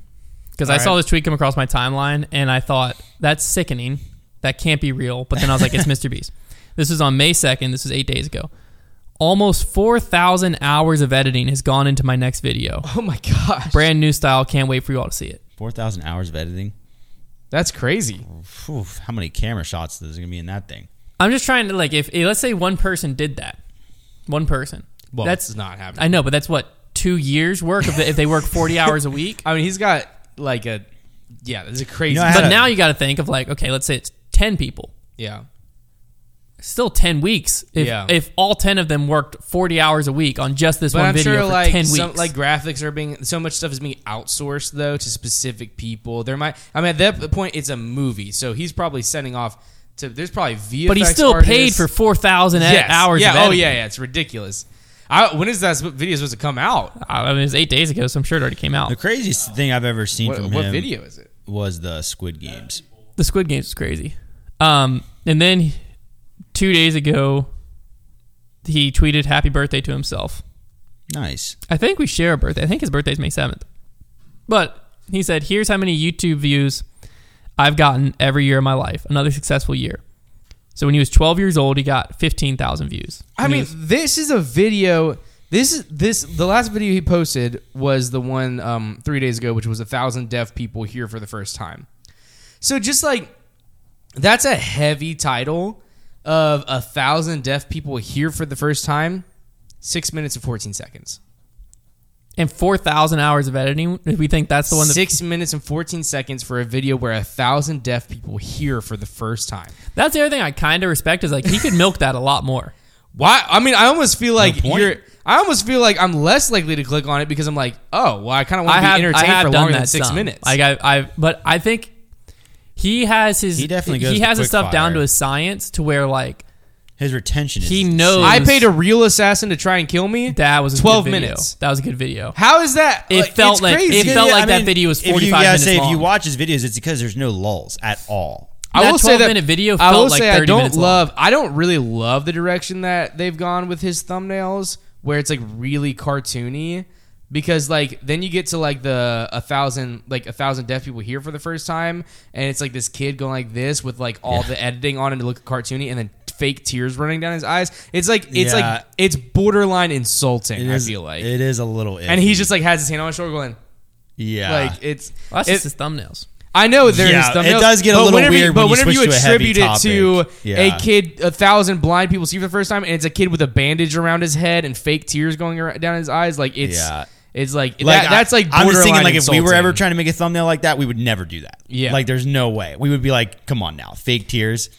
S1: because I saw this tweet come across my timeline and I thought that's sickening. That can't be real. But then I was like, it's Mr. Beast. This is on May second. This is eight days ago. Almost four thousand hours of editing has gone into my next video.
S2: oh my gosh,
S1: Brand new style. Can't wait for you all to see it.
S3: Four thousand hours of editing.
S2: that's crazy.
S3: Phew, how many camera shots is gonna be in that thing?
S1: I'm just trying to like if eh, let's say one person did that, one person.
S2: Well,
S1: that's
S2: that's not happening.
S1: I know, but that's what two years work if they, if they work 40 hours a week.
S2: I mean, he's got like a yeah. That's a crazy.
S3: You know, I had
S1: But
S3: a-
S1: now you got to think of like okay, let's say it's 10 people.
S2: yeah.
S1: Still 10 weeks. If,
S2: Yeah.
S1: if all 10 of them worked 40 hours a week on just this
S2: But
S1: one
S2: I'm
S1: video
S2: sure
S1: for
S2: like
S1: 10 weeks.
S2: some, like graphics are being so much stuff is being outsourced though to specific people. There might I mean at that point it's a movie, so he's probably sending off to there's probably VFX.
S1: but he's still
S2: artists.
S1: paid for 4,000 e-
S2: Yes.
S1: hours
S2: Yeah.
S1: of
S2: oh
S1: editing.
S2: yeah. Yeah. It's ridiculous. I, when is that sp- video supposed to come out?
S1: I mean, it was eight days ago, so I'm sure it already came out.
S3: The craziest thing I've ever seen
S2: What,
S3: from
S2: what
S3: him
S2: video is it?
S3: was the Squid Games.
S1: The Squid Games was crazy. Um, and then two days ago, he tweeted happy birthday to himself.
S3: Nice.
S1: I think we share a birthday. I think his birthday's May 7th. But he said, Here's how many YouTube views I've gotten every year of my life. Another successful year. So when he was 12 years old, he got 15,000 views.
S2: I
S1: When he
S2: mean,
S1: was-
S2: this is a video. This is this. The last video he posted was the one um, three days ago, which was a thousand deaf people here for the first time. So just like that's a heavy title of a thousand deaf people here for the first time. Six minutes and fourteen seconds.
S1: and 4,000 hours of editing. If we think that's the one that.
S2: Six minutes and fourteen seconds for a video where a thousand deaf people hear for the first time.
S1: That's the other thing I kind of respect is like he could milk that a lot more.
S2: Why? I mean, I almost feel like
S3: point.
S2: you're. I almost feel like I'm less likely to click on it because I'm like, oh, well, I kind of want
S1: I
S2: to be
S1: have, I
S2: entertained
S1: have
S2: for
S1: done
S2: longer
S1: that
S2: than six
S1: some.
S2: minutes.
S1: Like I, I, but I think he has his
S3: He definitely goes
S1: he
S3: to
S1: has his
S3: quick
S1: stuff down
S3: fire.
S1: to his science to where like
S3: His retention. Is
S1: He
S3: insane.
S1: knows-
S2: I paid a real assssassin to try and kill me.
S1: that was a good
S2: 12
S1: video.
S2: minutes.
S1: That was a good video.
S2: How is that?
S1: It felt
S2: it's
S1: like-
S2: crazy.
S1: it felt like that video was
S3: if you-
S1: 45
S3: yeah,
S1: minutes
S3: say If you
S1: long.
S3: watch his videos, it's because there's no lulls at all.
S2: I
S1: that
S2: will say that
S1: 12-minute video
S2: I will
S1: felt like
S2: say I
S1: 30
S2: don't
S1: minutes long.
S2: love. I don't really love the direction that they've gone with his thumbnails, where it's like really cartoony. because like then you get to like the a thousand like a thousand deaf people here for the first time and it's like this kid going like this with like all the editing on it to look cartoony and then fake tears running down his eyes it's like it's
S3: Yeah.
S2: like it's borderline insulting
S3: It
S2: i
S3: is-
S2: feel like
S3: it is a little. Iffy.
S2: and he's just like has his hand on his shoulder going
S3: yeah,
S2: like it's
S1: Well, that's
S2: it-
S1: just his thumbnails.
S2: I know there's
S3: Yeah,
S2: the
S3: it
S2: milk,
S3: does get a
S2: but
S3: little
S2: whenever you-
S3: weird
S2: but
S3: when you
S2: whenever you
S3: switch to a heavy
S2: attribute it to
S3: topic. Yeah.
S2: a kid, a thousand blind people see for the first time, and it's a kid with a bandage around his head and fake tears going around, down his eyes. Like it's,
S3: Yeah.
S2: it's like,
S3: Like,
S2: that, that's like
S3: I, am just thinking
S2: borderline
S3: like if we were
S2: insulting.
S3: ever trying to make a thumbnail like that, we would never do that.
S2: Yeah.
S3: like there's no way we would be like, come on now, fake tears.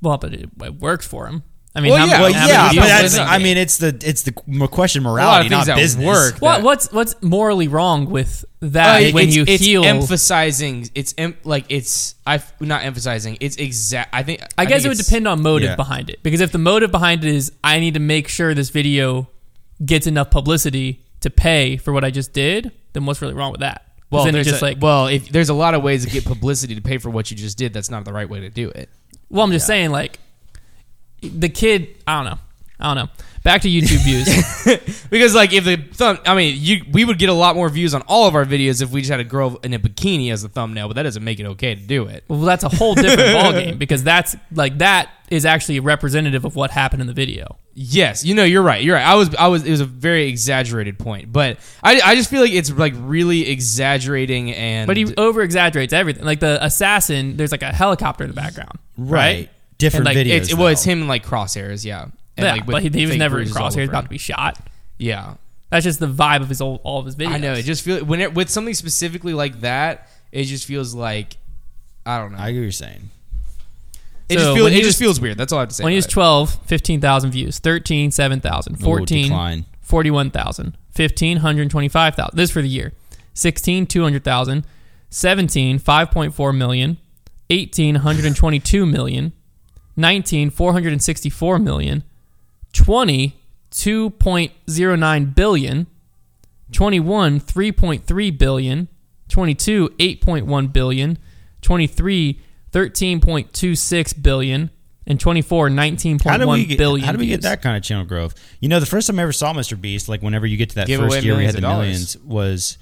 S1: Well, but it, it worked for him. I mean,
S2: Well,
S1: how,
S2: yeah,
S1: how
S3: Well,
S2: Well,
S1: many
S3: yeah,
S1: views
S2: but
S3: but
S1: was
S3: that's,
S1: it?
S2: that's-
S3: I mean, it's the it's the m- question
S2: a lot of
S3: morality,
S2: things
S3: not
S2: that
S3: business.
S2: work.
S1: What,
S2: that-
S1: what's what's morally wrong with
S2: Uh,
S1: that
S2: it-
S1: when
S2: it's,
S1: you
S2: it's
S1: heal?
S2: emphasizing it's em- like it's I f- not emphasizing it's exact. I think
S1: I guess
S2: think
S1: it would
S2: it's-
S1: depend on motive
S3: yeah.
S1: behind it. Because if the motive behind it is I need to make sure this video gets enough publicity to pay for what I just did, then what's really wrong with that? 'Cause
S2: Well,
S1: then it's
S2: there's
S1: just
S2: a,
S1: like well,
S2: well, if there's a lot of ways to get publicity to pay for what you just did, that's not the right way to do it.
S1: I'm just saying like the kid. I don't know. I don't know. Back to YouTube views.
S2: Because like if the thumb, I mean, you we would get a lot more views on all of our videos if we just had a girl in a bikini as a thumbnail, but that doesn't make it okay to do it.
S1: well, that's a whole different ballgame because that's like that is actually representative of what happened in the video.
S2: Yes, you know you're right. You're right. I was I was it was a very exaggerated point, but I, I just feel like it's like really exaggerating and
S1: But he over exaggerates everything. Like the assassin, there's like a helicopter in the background.
S3: right? Different
S1: And, like,
S3: videos.
S2: it's, it was
S3: though.
S2: him in like crosshairs, yeah. And,
S1: yeah,
S2: like, with
S1: but he, he was
S2: fake
S1: never in
S2: bruises all
S1: crosshairs
S2: over
S1: about to
S2: him.
S1: be shot.
S2: Yeah,
S1: That's just the vibe of his old, all of his videos.
S2: I know. It just feels when it, with something specifically like that, it just feels like I don't know.
S3: I get what you're saying.
S2: it
S1: So
S2: just feels
S1: when
S2: it
S1: he
S2: just
S1: was-
S2: feels weird. That's all I have to say.
S1: when he was
S2: about
S1: 12, 15,000 views, 13, 7,000, 14,
S3: decline.
S1: 41,000, 15, 125,000. This is for the year. 16, 200,000, 17, 5.4 million, 18, 122 million, 19, 464 million, 20, 2.09 billion, 21 3.3 billion 22 8.1 billion 23 13.26 billion and 24
S3: How do we
S1: 19.1
S3: get,
S1: billion
S3: How do we get
S1: views.
S3: that kind of channel growth? You know, the first time I ever saw Mr. Beast, like whenever you get to that
S2: Give away
S3: first year we
S2: millions
S3: had
S2: of
S3: the
S2: dollars.
S3: millions, was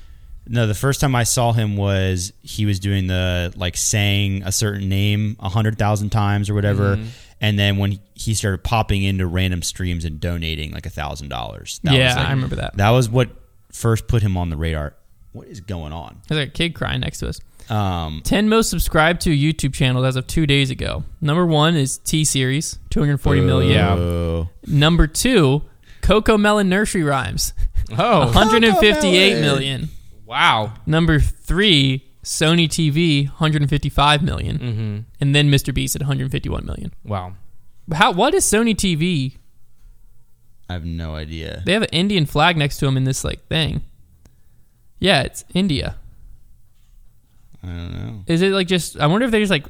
S3: no. The first time I saw him was he was doing the like saying a certain name a hundred thousand times or whatever,
S2: Mm-hmm.
S3: and then when he started popping into random streams and donating like a thousand dollars.
S1: Yeah, I remember that.
S3: That was what first put him on the radar. What is going on?
S1: there's a kid crying next to us
S3: Um,
S1: 10 most subscribed to youtube channels as of two days ago number one is t series 240 million
S3: uh,
S1: number two coco melon nursery rhymes
S2: it. Oh
S1: 158 million
S2: wow.
S1: number three sony tv 155 million.
S3: Mm.
S1: and then mr beast at 151 million
S2: Mm-hmm. Wow.
S1: How? What is Sony TV?
S3: I have no idea.
S1: They have an Indian flag next to them in this like thing. Yeah, it's India.
S3: I don't know.
S1: Is it like just? I wonder if they just like.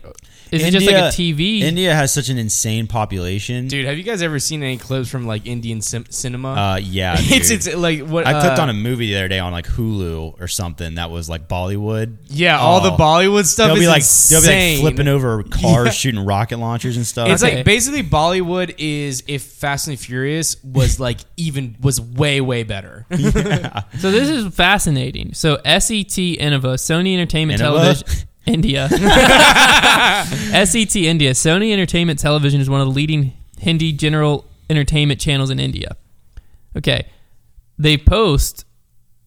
S1: Is it just like a TV?
S3: India has such an insane population.
S2: Dude, have you guys ever seen any clips from like Indian sim- cinema?
S3: Uh, yeah,
S2: it's
S3: dude.
S2: it's like what
S3: I clicked
S2: uh,
S3: on a movie the other day on like Hulu or something that was like Bollywood.
S2: Yeah, all the
S3: Oh.
S2: Bollywood stuff
S3: They'll
S2: is
S3: be like
S2: insane.
S3: they'll be like flipping over cars, shooting rocket launchers and stuff.
S2: It's
S1: Okay.
S2: like basically Bollywood is if Fast and Furious was like even was way way better.
S1: so this is fascinating. So E SET Innova, Sony Entertainment
S3: Innova?
S1: Television, India. SET India, Sony Entertainment Television is one of the leading Hindi general entertainment channels in India. Okay, they post.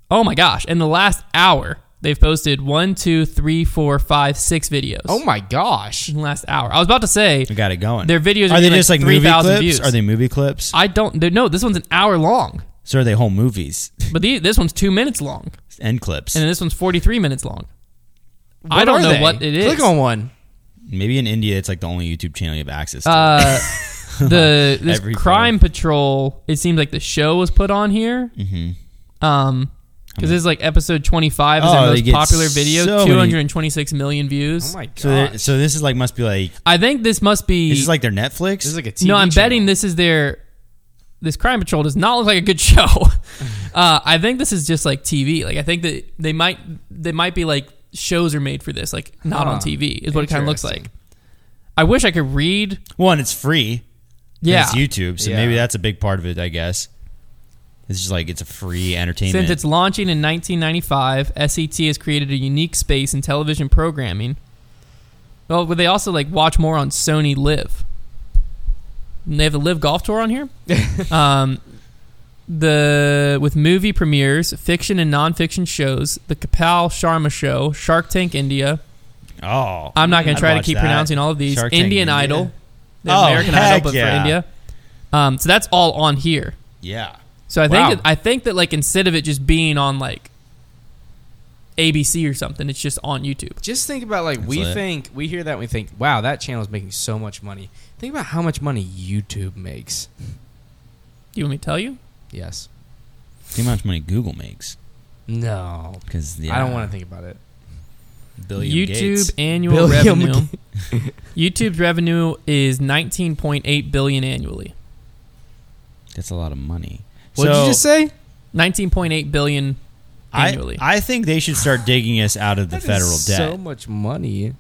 S1: Oh my gosh! In the last hour, they've posted one, two, three, four, five, six videos.
S2: oh my gosh.
S1: in the last hour. I was about to say
S3: we got it going.
S1: Their videos are
S3: are they
S1: getting,
S3: just
S1: like,
S3: like movie
S1: 3,000
S3: clips?
S1: views.
S3: Are they movie clips?
S1: I don't. there- No, this one's an hour long,
S3: so are they whole movies
S1: but the, this one's two minutes long,
S3: end clips?
S1: and this one's forty-three minutes long. I
S2: What
S1: don't
S2: are
S1: know
S2: they?
S1: what it is.
S2: Click on one.
S3: Maybe in India it's like the only YouTube channel you have access to.
S1: Uh, the this
S3: Every
S1: crime patrol. It seems like the show was put on here. Mm-hmm. Um, because this is like episode twenty-five is
S3: Oh,
S1: their
S3: they
S1: most
S3: get
S1: popular video,
S3: so many-
S1: two hundred and twenty-six million views.
S2: Oh my god.
S3: so they- so this is like must be like
S1: I think this must be.
S3: this is like their Netflix.
S2: this is like a TV
S1: no, I'm
S2: channel.
S1: betting this is their. This crime patrol does not look like a good show. uh, I think this is just like TV. Like I think that they might they might be like shows are made for this, like not on
S2: Huh.
S1: TV is what it kind of looks like.
S2: Ah, Interesting.
S1: I wish I could read.
S3: one. It's free. and
S1: Yeah,
S3: it's YouTube. So
S2: Yeah.
S3: maybe that's a big part of it. I guess. It's just like it's a free entertainment.
S1: Since its launching in 1995, SET E has created a unique space in television programming. Well, would they also like watch more on Sony Live? And they have the Live Golf Tour on here. um, the with movie premieres, fiction and nonfiction shows, the Kapil Sharma Show, Shark Tank India.
S3: oh,
S1: I'm not going
S3: I'd
S1: to try to
S3: watch
S1: keep
S3: that.
S1: pronouncing all of these.
S3: Shark Tank
S1: Indian
S3: India.
S1: Idol, the
S3: Oh,
S1: American
S3: heck
S1: Idol, but for
S3: yeah.
S1: India. Um, so that's all on here.
S3: Yeah,
S1: So I
S2: Wow.
S1: think that, I think that like instead of it just being on like ABC or something, it's just on YouTube.
S2: Just think about like we
S3: lit.
S2: think we hear that and we think, wow, that channel's making so much money. Think about how much money YouTube makes.
S1: Do you want me to tell you?
S2: Yes.
S3: see how much money Google makes
S2: No.
S3: because
S2: I don't want to think about it.
S3: Billion
S1: YouTube
S3: Gates.
S1: annual
S2: Billion
S1: revenue. YouTube's revenue is 19.8 billion annually.
S3: That's a lot of money.
S2: What did
S3: So,
S2: you just say?
S1: 19.8 billion
S3: I,
S1: annually.
S3: I think they should start digging us out of the
S2: That is
S3: federal debt.
S2: So much money.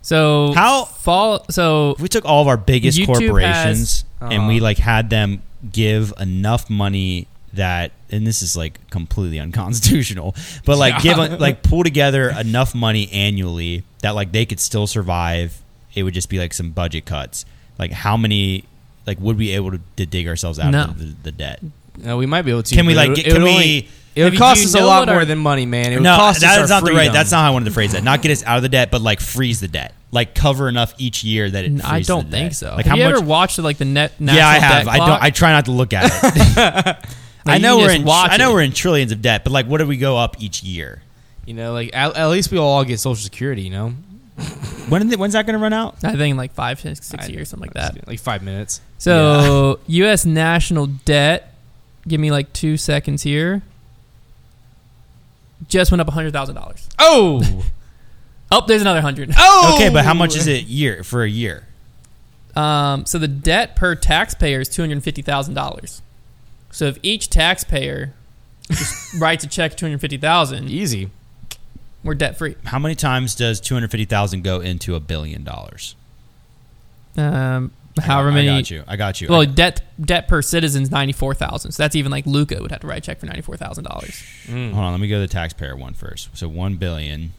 S1: so
S3: How-
S1: fall so
S3: If we took all of our biggest
S1: YouTube uh,
S3: corporations
S2: has-
S3: and we
S2: Uh-huh.
S3: like had them give enough money that and this is like completely unconstitutional but like give a- like pull together enough money annually that like they could still survive it would just be like some budget cuts like how many like would we able to, to dig ourselves out
S1: No.
S3: of the, the debt
S2: No, Uh, we might be able to.
S3: Can we,
S2: but
S3: like,
S2: it would-
S3: get-
S2: it would
S3: can we-
S2: only- It
S1: Have
S2: would
S1: you-
S2: cost
S1: do you
S2: us a
S1: know
S2: lot
S1: what our-
S2: more than money, man. It would
S3: no
S2: cost us
S3: that
S2: our
S3: is not the right
S2: freedom.
S3: that's not how i wanted to phrase that not get us out of the debt but like freeze the debt like cover enough each year that it
S1: I
S3: freezes
S1: don't
S3: the
S1: think
S3: debt.
S1: so.
S3: like
S1: have
S3: how
S1: you
S3: much
S1: ever watched like the net?
S3: yeah,
S1: national
S3: I have.
S1: debt
S3: I
S1: clock?
S3: don't. I try not to look at it. I
S1: you
S3: know
S1: can
S3: we're
S1: just
S3: in.
S1: watch
S3: I know
S1: it.
S3: we're in trillions of debt, but like, what do we go up each year?
S2: You know, like at, at least we all get Social Security. You know,
S3: When is it- when's that going to run out?
S1: I think in like five, six, six
S2: I-
S1: years, something like that.
S2: Like five minutes.
S1: So U.S. national debt. Give me like two seconds here. Just went up hundred thousand dollars.
S2: Oh,
S1: Oh, there's another hundred.
S2: oh.
S3: Okay, but how much is it year for a year?
S1: Um, so the debt per taxpayer is two hundred fifty thousand dollars. So if each taxpayer just writes a check two hundred fifty thousand,
S2: Easy.
S1: we're debt free.
S3: How many times does two hundred fifty thousand go into a billion dollars?
S1: Um,
S3: I got-
S1: however many.
S3: I got you. I got you.
S1: Well,
S3: I-
S1: debt debt per citizen is ninety four thousand. So that's even like Luca would have to write a check for ninety four thousand dollars.
S3: hold on. Let me go to the taxpayer one first. So one billion.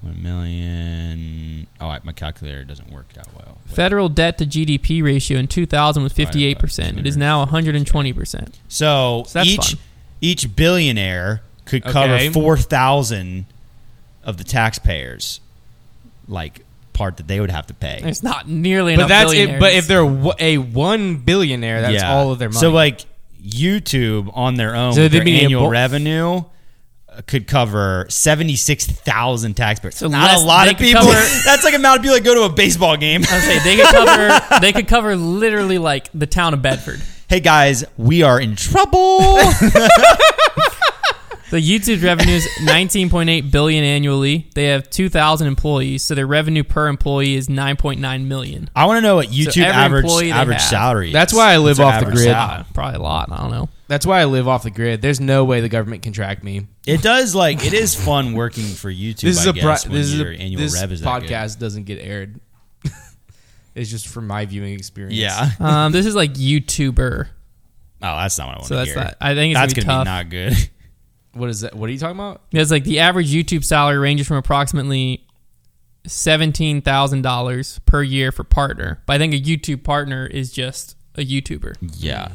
S3: One million. Oh, I, my calculator doesn't work that well. Wait.
S1: Federal debt to GDP ratio in 2000 was 58 percent. It is now 120 percent.
S3: So,
S1: So that's
S3: each
S1: fun.
S3: each billionaire could cover
S2: Okay.
S3: four thousand of the taxpayers, like part that they would have to pay.
S1: It's not nearly
S2: But
S1: enough.
S2: that's it.
S1: billionaires.
S2: But if they're wa- a one billionaire, that's all of their money.
S3: So like YouTube on their own,
S2: So
S3: with
S2: they
S3: their
S2: mean a
S3: annual
S2: bo-
S3: revenue. uh, Could cover seventy six thousand taxpayers.
S1: So
S3: Not
S1: less-
S3: a lot
S1: they
S3: of
S1: could
S3: people.
S1: cover-
S3: That's like amount of people that go to a baseball game.
S1: I was saying, they could cover they could cover literally like the town of Bedford.
S3: hey guys, we are in trouble.
S1: The YouTube revenue is 19.8 billion annually. They have 2,000 employees, so their revenue per employee is 9.9 million.
S3: I want to know what YouTube
S1: every
S3: average
S1: employee they
S3: average
S1: have.
S3: salary. is.
S2: That's why I live
S3: What's their
S2: off the
S3: average
S2: grid.
S3: salary?
S1: Probably a lot. I don't know.
S2: that's why I live off the grid. There's no way the government can track me.
S3: It does like it is fun working for YouTube.
S2: This is
S3: I
S2: a pri-
S3: guess, when
S2: this is a
S3: your annual
S2: this
S3: rev is that good.
S2: podcast doesn't get aired. it's just for my viewing experience.
S3: Yeah. Oh,
S1: Um, this is like YouTuber.
S3: that's not what I want
S1: So
S3: to
S1: that's
S3: hear.
S1: not. I think it's
S3: that's
S1: gonna be
S3: gonna
S1: tough.
S3: be not good.
S2: What is that? What are you talking about?
S1: It's like the average YouTube salary ranges from approximately seventeen thousand dollars per year for partner. But I think a YouTube partner is just a YouTuber
S3: yeah.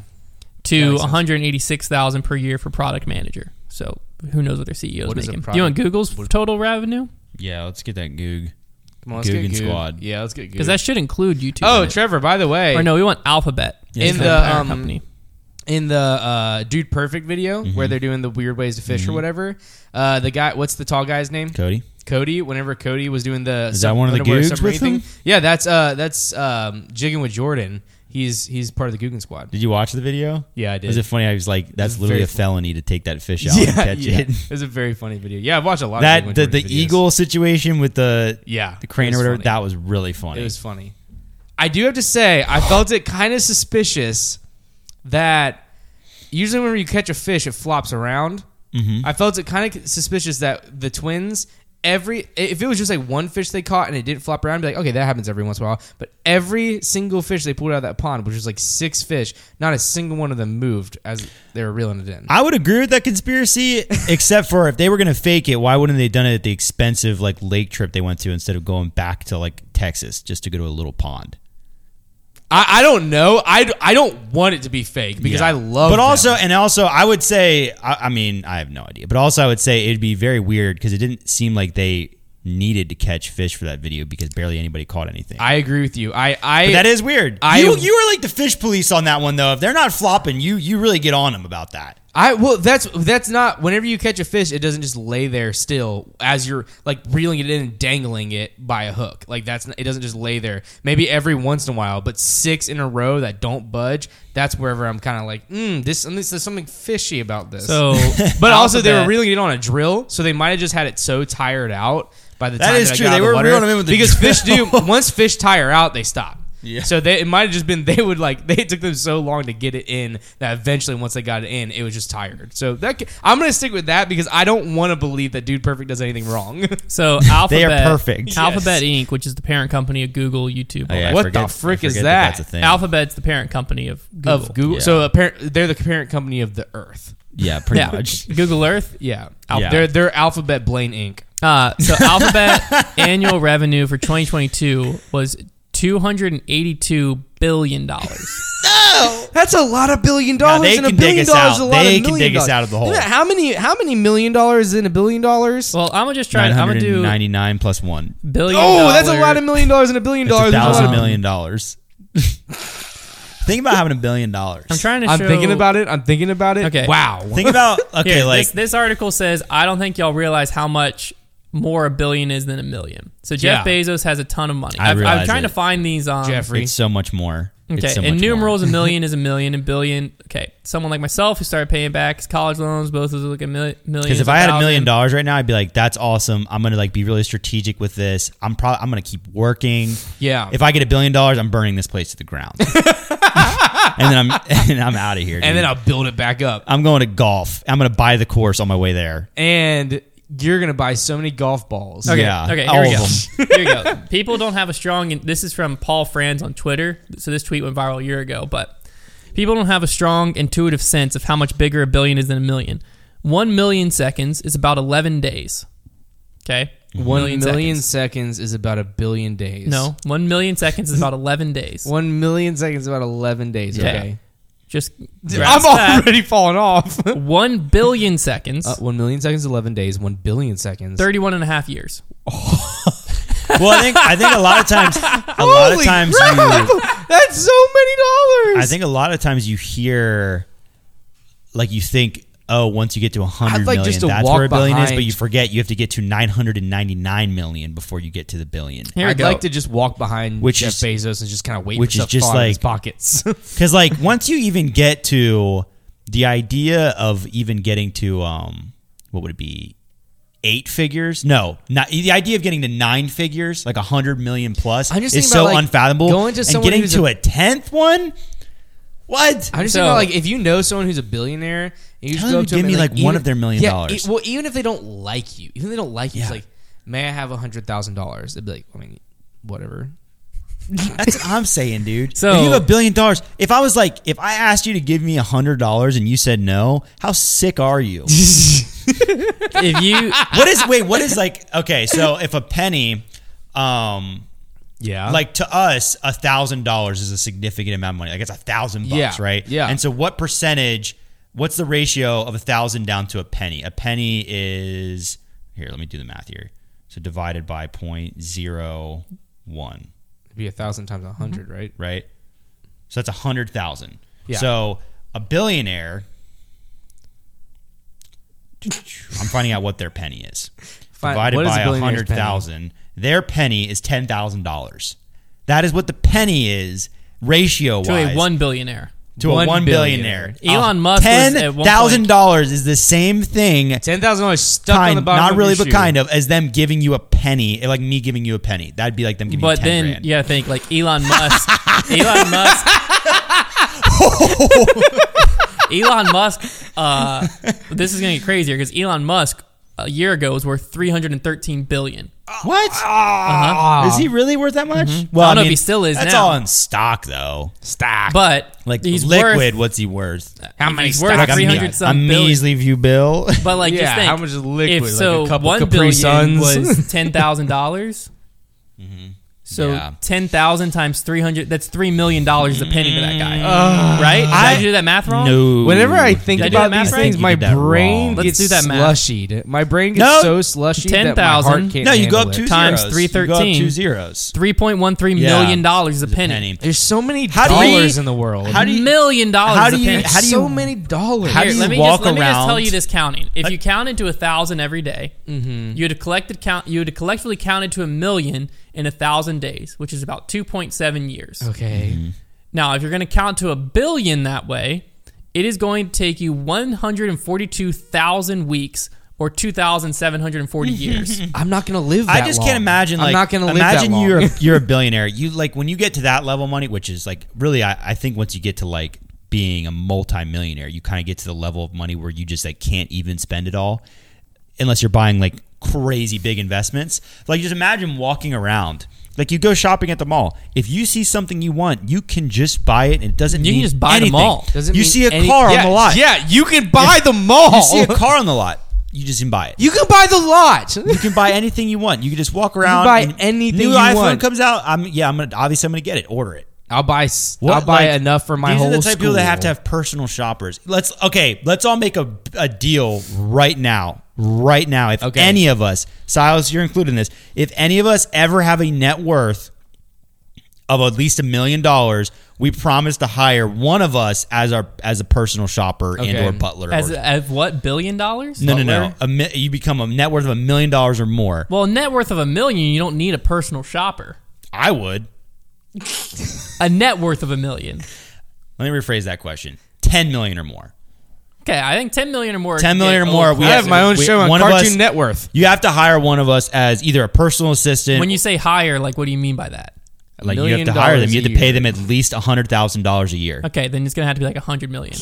S1: to one hundred eighty six thousand per year for product manager. So who knows what their CEO is
S2: What is a
S1: making? Do
S2: product-
S1: you want Google's total revenue?
S3: Yeah. Let's get that goog.
S2: Come on, let's
S3: Guggen
S2: get Goog.
S3: Squad.
S2: Yeah, let's get Goog.
S1: Because that should include YouTube.
S2: oh,
S1: in it.
S2: Trevor. By the way,
S1: or no, we want Alphabet
S2: In
S1: It's
S2: the,
S1: a parent
S2: um, in the uh, Dude Perfect video
S3: Mm-hmm.
S2: where they're doing the weird ways to fish or whatever, uh, the guy, what's the tall guy's name?
S3: Cody.
S2: Cody. Whenever Cody was doing the
S3: Is that one of the
S2: underwater
S3: Googs
S2: submarine
S3: with him?
S2: Yeah, that's uh, that's um, jigging with Jordan. He's he's part of the Guggen Squad.
S3: Did you watch the video?
S2: Yeah, I did.
S3: Is it funny? I was like, that's
S2: It's
S3: literally
S2: very
S3: a
S2: fu-
S3: felony to take that fish out and catch it.
S2: It was a very funny video. Yeah, I've watched a lot.
S3: That
S2: of Jigging with
S3: the, the
S2: Jordan videos.
S3: eagle situation with the
S2: Yeah,
S3: the crane
S2: it was
S3: or whatever
S2: funny.
S3: that was really funny.
S2: It was funny. I do have to say, I felt it kind of suspicious that usually
S3: Mm-hmm.
S2: when you catch a fish, it flops around. I felt it kind of suspicious that the twins every if it was just like one fish they caught and it didn't flop around, I'd be like, okay, that happens every once in a while. But every single fish they pulled out of that pond, which was like six fish, not a single one of them moved as they were reeling it in.
S3: I would agree with that conspiracy, except for if they were going to fake it, why wouldn't they have done it at the expensive like lake trip they went to instead of going back to like Texas just to go to a little pond?
S2: I, I don't know. I, I don't want it to be fake because
S3: Yeah.
S2: I love.
S3: But
S2: them.
S3: also, and also, I would say, I, I mean, I have no idea. But also, I would say it'd be very weird because it didn't seem like they needed to catch fish for that video because barely anybody caught anything.
S2: I agree with you. I I
S3: But that is weird.
S2: I-
S3: you you are like the fish police on that one though. If they're not flopping, you you really get on them about that.
S2: I well, that's that's not. Whenever you catch a fish, it doesn't just lay there still as you're like reeling it in and dangling it by a hook. Like that's not, it doesn't just lay there. Maybe every once in a while, but six in a row that don't budge. That's wherever I'm kind of like, mm, this, this there's something fishy about this.
S1: So,
S2: but also they were
S1: alphabet.
S2: reeling it in on a drill, so they might have just had it so tired out by the
S3: That
S2: time
S3: is
S2: that I
S3: true.
S2: got out
S3: They
S2: of the
S3: were
S2: water.
S3: reeling 'em in with a
S2: because fish do
S3: drill.
S2: once fish tire out, they stop.
S3: Yeah.
S2: So they, it might have just been they would like they it took them so long to get it in that eventually once they got it in, it was just tired. So that ca- I'm gonna stick with that because I don't want to believe that Dude Perfect does anything wrong.
S1: so Alphabet,
S3: They are perfect.
S1: Alphabet Inc., which is the parent company of Google, YouTube. all
S3: Oh, yeah, I
S1: that.
S2: What
S3: forget-
S2: the frick
S3: I
S2: is
S3: forget
S2: that?
S3: That's a thing.
S1: Alphabet's the parent company of Google.
S2: Of Google,
S3: Yeah.
S2: so apparent they're the parent company of the Earth.
S3: Yeah, pretty
S1: yeah,
S3: much.
S1: Google Earth.
S2: Yeah,
S3: Yeah.
S2: they're they're Alphabet Blaine Inc.
S1: Uh, so Alphabet annual revenue for 2022 was 282 billion dollars.
S2: That's a lot of billion dollars.
S3: they
S2: and a
S3: can dig
S2: billion
S3: us
S2: dollars
S3: out.
S2: Is a lot
S3: They
S2: of
S3: can
S2: million
S3: dig us
S2: dollars.
S3: out of the hole.
S2: Isn't that- How many? How many million dollars in a billion dollars?
S1: Well, I'm gonna just try.
S3: Nine
S1: it. I'm gonna
S3: hundred
S1: do
S3: ninety nine plus one.
S1: billion.
S2: oh, that's a
S1: dollar-
S2: lot of million dollars in a billion
S3: That's
S2: dollars.
S3: a
S2: That's a
S3: thousand
S2: lot of-
S3: million dollars. Think about having a billion dollars.
S1: I'm trying to.
S2: I'm
S1: show-
S2: thinking about it. I'm thinking about it.
S1: Okay.
S2: Wow.
S3: Think about okay,
S1: Here,
S3: like
S1: this, this article says, I don't think y'all realize how much more a billion is than a million. So Jeff
S2: Yeah.
S1: Bezos has a ton of money.
S3: I
S1: I've, I'm
S3: realize
S1: trying
S3: it.
S1: to find these. Um,
S2: Jeffrey.
S3: it's so much more. It's
S1: Okay,
S3: so
S1: in
S3: much
S1: numerals,
S3: more.
S1: a million is a million, and billion. Okay, someone like myself who started paying back his college loans, both of us look at mil- millions.
S3: Because if I had a million
S1: thousand.
S3: dollars right now, I'd be like, "That's awesome. I'm gonna like be really strategic with this. I'm probably I'm gonna keep working.
S2: Yeah.
S3: If I get a billion dollars, I'm burning this place to the ground. and then I'm and I'm out of here.
S2: and
S3: dude.
S2: then I'll build it back up.
S3: I'm going to golf. I'm gonna buy the course on my way there.
S2: And you're gonna buy so many golf balls.
S1: Okay,
S3: Yeah,
S1: okay, here
S3: all
S1: we
S3: of
S1: go. here we go. People don't have a strong. This is from Paul Franz on Twitter. So this tweet went viral a year ago, but people don't have a strong intuitive sense of how much bigger a billion is than a million. One million seconds is about eleven days. Okay,
S2: One million
S1: seconds.
S2: seconds is about a billion days.
S1: No, one million seconds is about eleven days.
S2: One million seconds is about eleven days.
S1: Yeah.
S2: Okay.
S1: Just
S2: I'm
S1: grasp that.
S2: already falling off.
S1: one billion seconds.
S2: Uh, one million seconds, eleven days. One billion seconds.
S1: 31 and a half years.
S3: Well, I think I think a lot of times a lot of
S2: Holy
S3: times
S2: crap!
S3: you
S2: That's so many dollars.
S3: I think a lot of times you hear, like you think, oh, once you get to a hundred
S2: I'd like
S3: million,
S2: just to
S3: that's
S2: walk
S3: where a billion is.
S2: behind-
S3: But you forget you have to get to nine hundred and ninety nine million before you get to the billion.
S1: Here we
S2: I'd
S1: go.
S2: like to just walk behind
S3: Which
S2: Jeff
S3: is-
S2: Bezos and just kind of wait
S3: which
S2: for
S3: is
S2: stuff
S3: just
S2: to fall out of his
S3: like-
S2: pockets.
S3: Because like once you even get to the idea of even getting to um, what would it be? Eight figures? No, not the idea of getting to nine figures, like a hundred million plus,
S2: I'm just
S3: is
S2: thinking
S3: so
S2: about, like,
S3: unfathomable.
S2: going to
S3: and
S2: someone
S3: getting
S2: who's
S3: to
S2: a-
S3: a tenth one,
S2: I'm
S3: what?
S2: just
S1: So-
S2: thinking about, like if you know someone who's a billionaire, and you just
S3: Tell
S2: go
S3: them
S2: up
S3: to
S2: to them
S3: give me,
S2: and,
S3: like, one of their million
S2: yeah,
S3: dollars.
S2: e- well, even if they don't like you, even if they don't like you, it's
S3: Yeah.
S2: like, may I have a hundred thousand dollars? They'd be like, I mean, whatever.
S3: That's what I'm saying, dude.
S1: So-
S3: if you have a billion dollars, if I was like, if I asked you to give me a hundred dollars and you said no, how sick are you?
S1: If you
S3: what is wait? What is like? Okay, so if a penny, um,
S2: Yeah,
S3: like to us, a thousand dollars is a significant amount of money. Like it's a thousand
S2: Yeah,
S3: bucks, right?
S2: yeah.
S3: And so, what percentage? What's the ratio of a thousand down to a penny? A penny is here. Let me do the math here. So divided by point zero one.
S2: it'd be a thousand times a 100 right?
S3: right? So that's a hundred thousand.
S2: Yeah.
S3: So a billionaire. I'm finding out what their penny is.
S2: Fine,
S3: Divided
S2: what is a
S3: by a
S2: billionaire's
S3: hundred
S2: penny?
S3: thousand, their penny is ten thousand dollars. That is what the penny is ratio
S1: to
S3: wise
S1: a one billionaire,
S3: to a
S2: one
S3: one billionaire. Ah,
S1: billionaire. Elon Musk was at
S3: Ten
S1: one
S3: thousand dollars is the same thing.
S2: Ten thousand dollars stuck on the
S3: Kind,
S2: bottom.
S3: not
S2: of
S3: really,
S2: your
S3: but
S2: shoe.
S3: kind of, as them giving you a penny, like me giving you a penny. That'd be like them giving
S1: but
S3: you ten
S1: then
S3: grand.
S1: you gotta think like Elon Musk. Elon Musk. Elon Musk. Uh, this is gonna get crazier because Elon Musk a year ago was worth 313 billion.
S3: What?
S2: Ah!
S1: Uh-huh.
S3: Is he really worth that much?
S1: Mm-hmm. I don't know if he still is
S3: That's
S1: now.
S3: all in stock, though. Stock.
S1: But
S3: like
S1: he's worth
S3: liquid, what's he worth?
S2: How many
S1: he's worth
S2: stocks?
S1: three
S2: you
S1: hundred
S2: got?
S3: a
S1: some billion.
S3: measly view bill.
S1: But like,
S2: Yeah,
S1: just think,
S2: how much is liquid?
S1: If
S2: Like a
S1: so,
S2: couple
S1: one
S2: Capri
S1: billion
S2: Suns?
S1: was ten thousand dollars. So
S3: Mm-hmm. Yeah.
S1: ten thousand times three hundred—that's three million dollars a penny to that guy, right? Did I,
S2: Mm. I-
S1: do that math wrong?
S3: no.
S2: Whenever I think
S1: Did I do
S2: about
S1: that math
S2: these
S1: right?
S2: things,
S1: You
S2: my
S3: did that
S2: brain
S3: wrong.
S1: Let's
S2: gets
S1: do that math.
S2: slushied. My brain gets
S3: No.
S2: so slushy that my
S1: 10,000.
S2: heart can't
S3: no, you go up
S2: handle
S3: two
S2: it.
S1: Times
S3: zeros. You go up
S1: 313.
S3: two zeros.
S1: Three point one three
S3: Yeah.
S1: million dollars a penny.
S3: Penny.
S2: There's so many
S3: How do you-
S2: dollars in the world.
S3: How do you-
S1: million dollars
S3: how do
S1: a
S3: you-
S1: penny.
S3: how do you-
S2: so many dollars.
S3: how do
S1: Here,
S3: you
S1: let me just,
S3: walk
S1: Let me just tell
S3: around-
S1: you this counting. If you counted to a thousand every day,
S3: Mm-hmm.
S1: you would have collected count. You would have collectively counted to a million in a thousand days, which is about two point seven years.
S2: okay.
S3: Mm-hmm.
S1: Now, if you're going to count to a billion that way, it is going to take you one hundred and forty-two thousand weeks or two thousand seven hundred and forty years.
S2: I'm not gonna live.
S3: I
S2: that
S3: just
S2: long.
S3: can't imagine. Like,
S2: I'm not gonna live
S3: imagine
S2: that long.
S3: you're a, you're a billionaire. You like when you get to that level of money, which is like really, I, I think once you get to like being a multimillionaire, you kind of get to the level of money where you just like can't even spend it all, unless you're buying like crazy big investments. Like just imagine walking around. Like you go shopping at the mall. If you see something you want, you can just buy it, and it doesn't.
S1: You can
S3: mean
S1: just buy the
S3: anything.
S1: mall.
S2: Doesn't
S3: you
S2: mean
S3: see a
S2: any-
S3: car
S2: yeah,
S3: on the lot.
S2: Yeah, you can buy the mall.
S3: you see a car on the lot. You just can buy it.
S2: You can buy the lot.
S3: You can buy anything you want. You can just walk around.
S2: buy
S3: and
S2: anything
S3: New
S2: you
S3: iPhone
S2: want.
S3: comes out. I'm yeah. I'm gonna obviously I'm gonna get it. Order it.
S2: I'll buy. s-
S3: What,
S2: I'll buy
S3: like,
S2: enough for my
S3: these
S2: whole.
S3: are the type of people that have to
S2: school.
S3: have personal shoppers. Let's okay. Let's all make a, a deal right now. Right now, if
S2: Okay.
S3: any of us, Silas, you're included in this. If any of us ever have a net worth of at least a million dollars, we promise to hire one of us as our as a personal shopper and
S2: Okay.
S3: or butler.
S1: As,
S3: or,
S1: as what billion dollars?
S3: no, no, no,
S2: butler?
S3: A mi- you become a net worth of a million dollars or more.
S1: Well, net worth of a million, you don't need a personal shopper.
S3: I would.
S1: A net worth of a million.
S3: Let me rephrase that question. Ten million or more.
S1: Okay, I think ten million or more.
S3: Ten
S1: can
S3: million or
S1: get
S3: more.
S1: old
S3: We
S2: I have my own
S3: we-
S2: show on
S3: one of
S2: Cartoon
S3: us-
S2: Net worth.
S3: You have to hire one of us as either a personal assistant.
S1: When you say higher, like what do you mean by that?
S3: like you have
S2: million
S3: to hire them,
S2: dollars a
S3: you have to pay
S2: year.
S3: them at least hundred thousand dollars a year.
S1: Okay, then it's gonna have to be like a hundred million.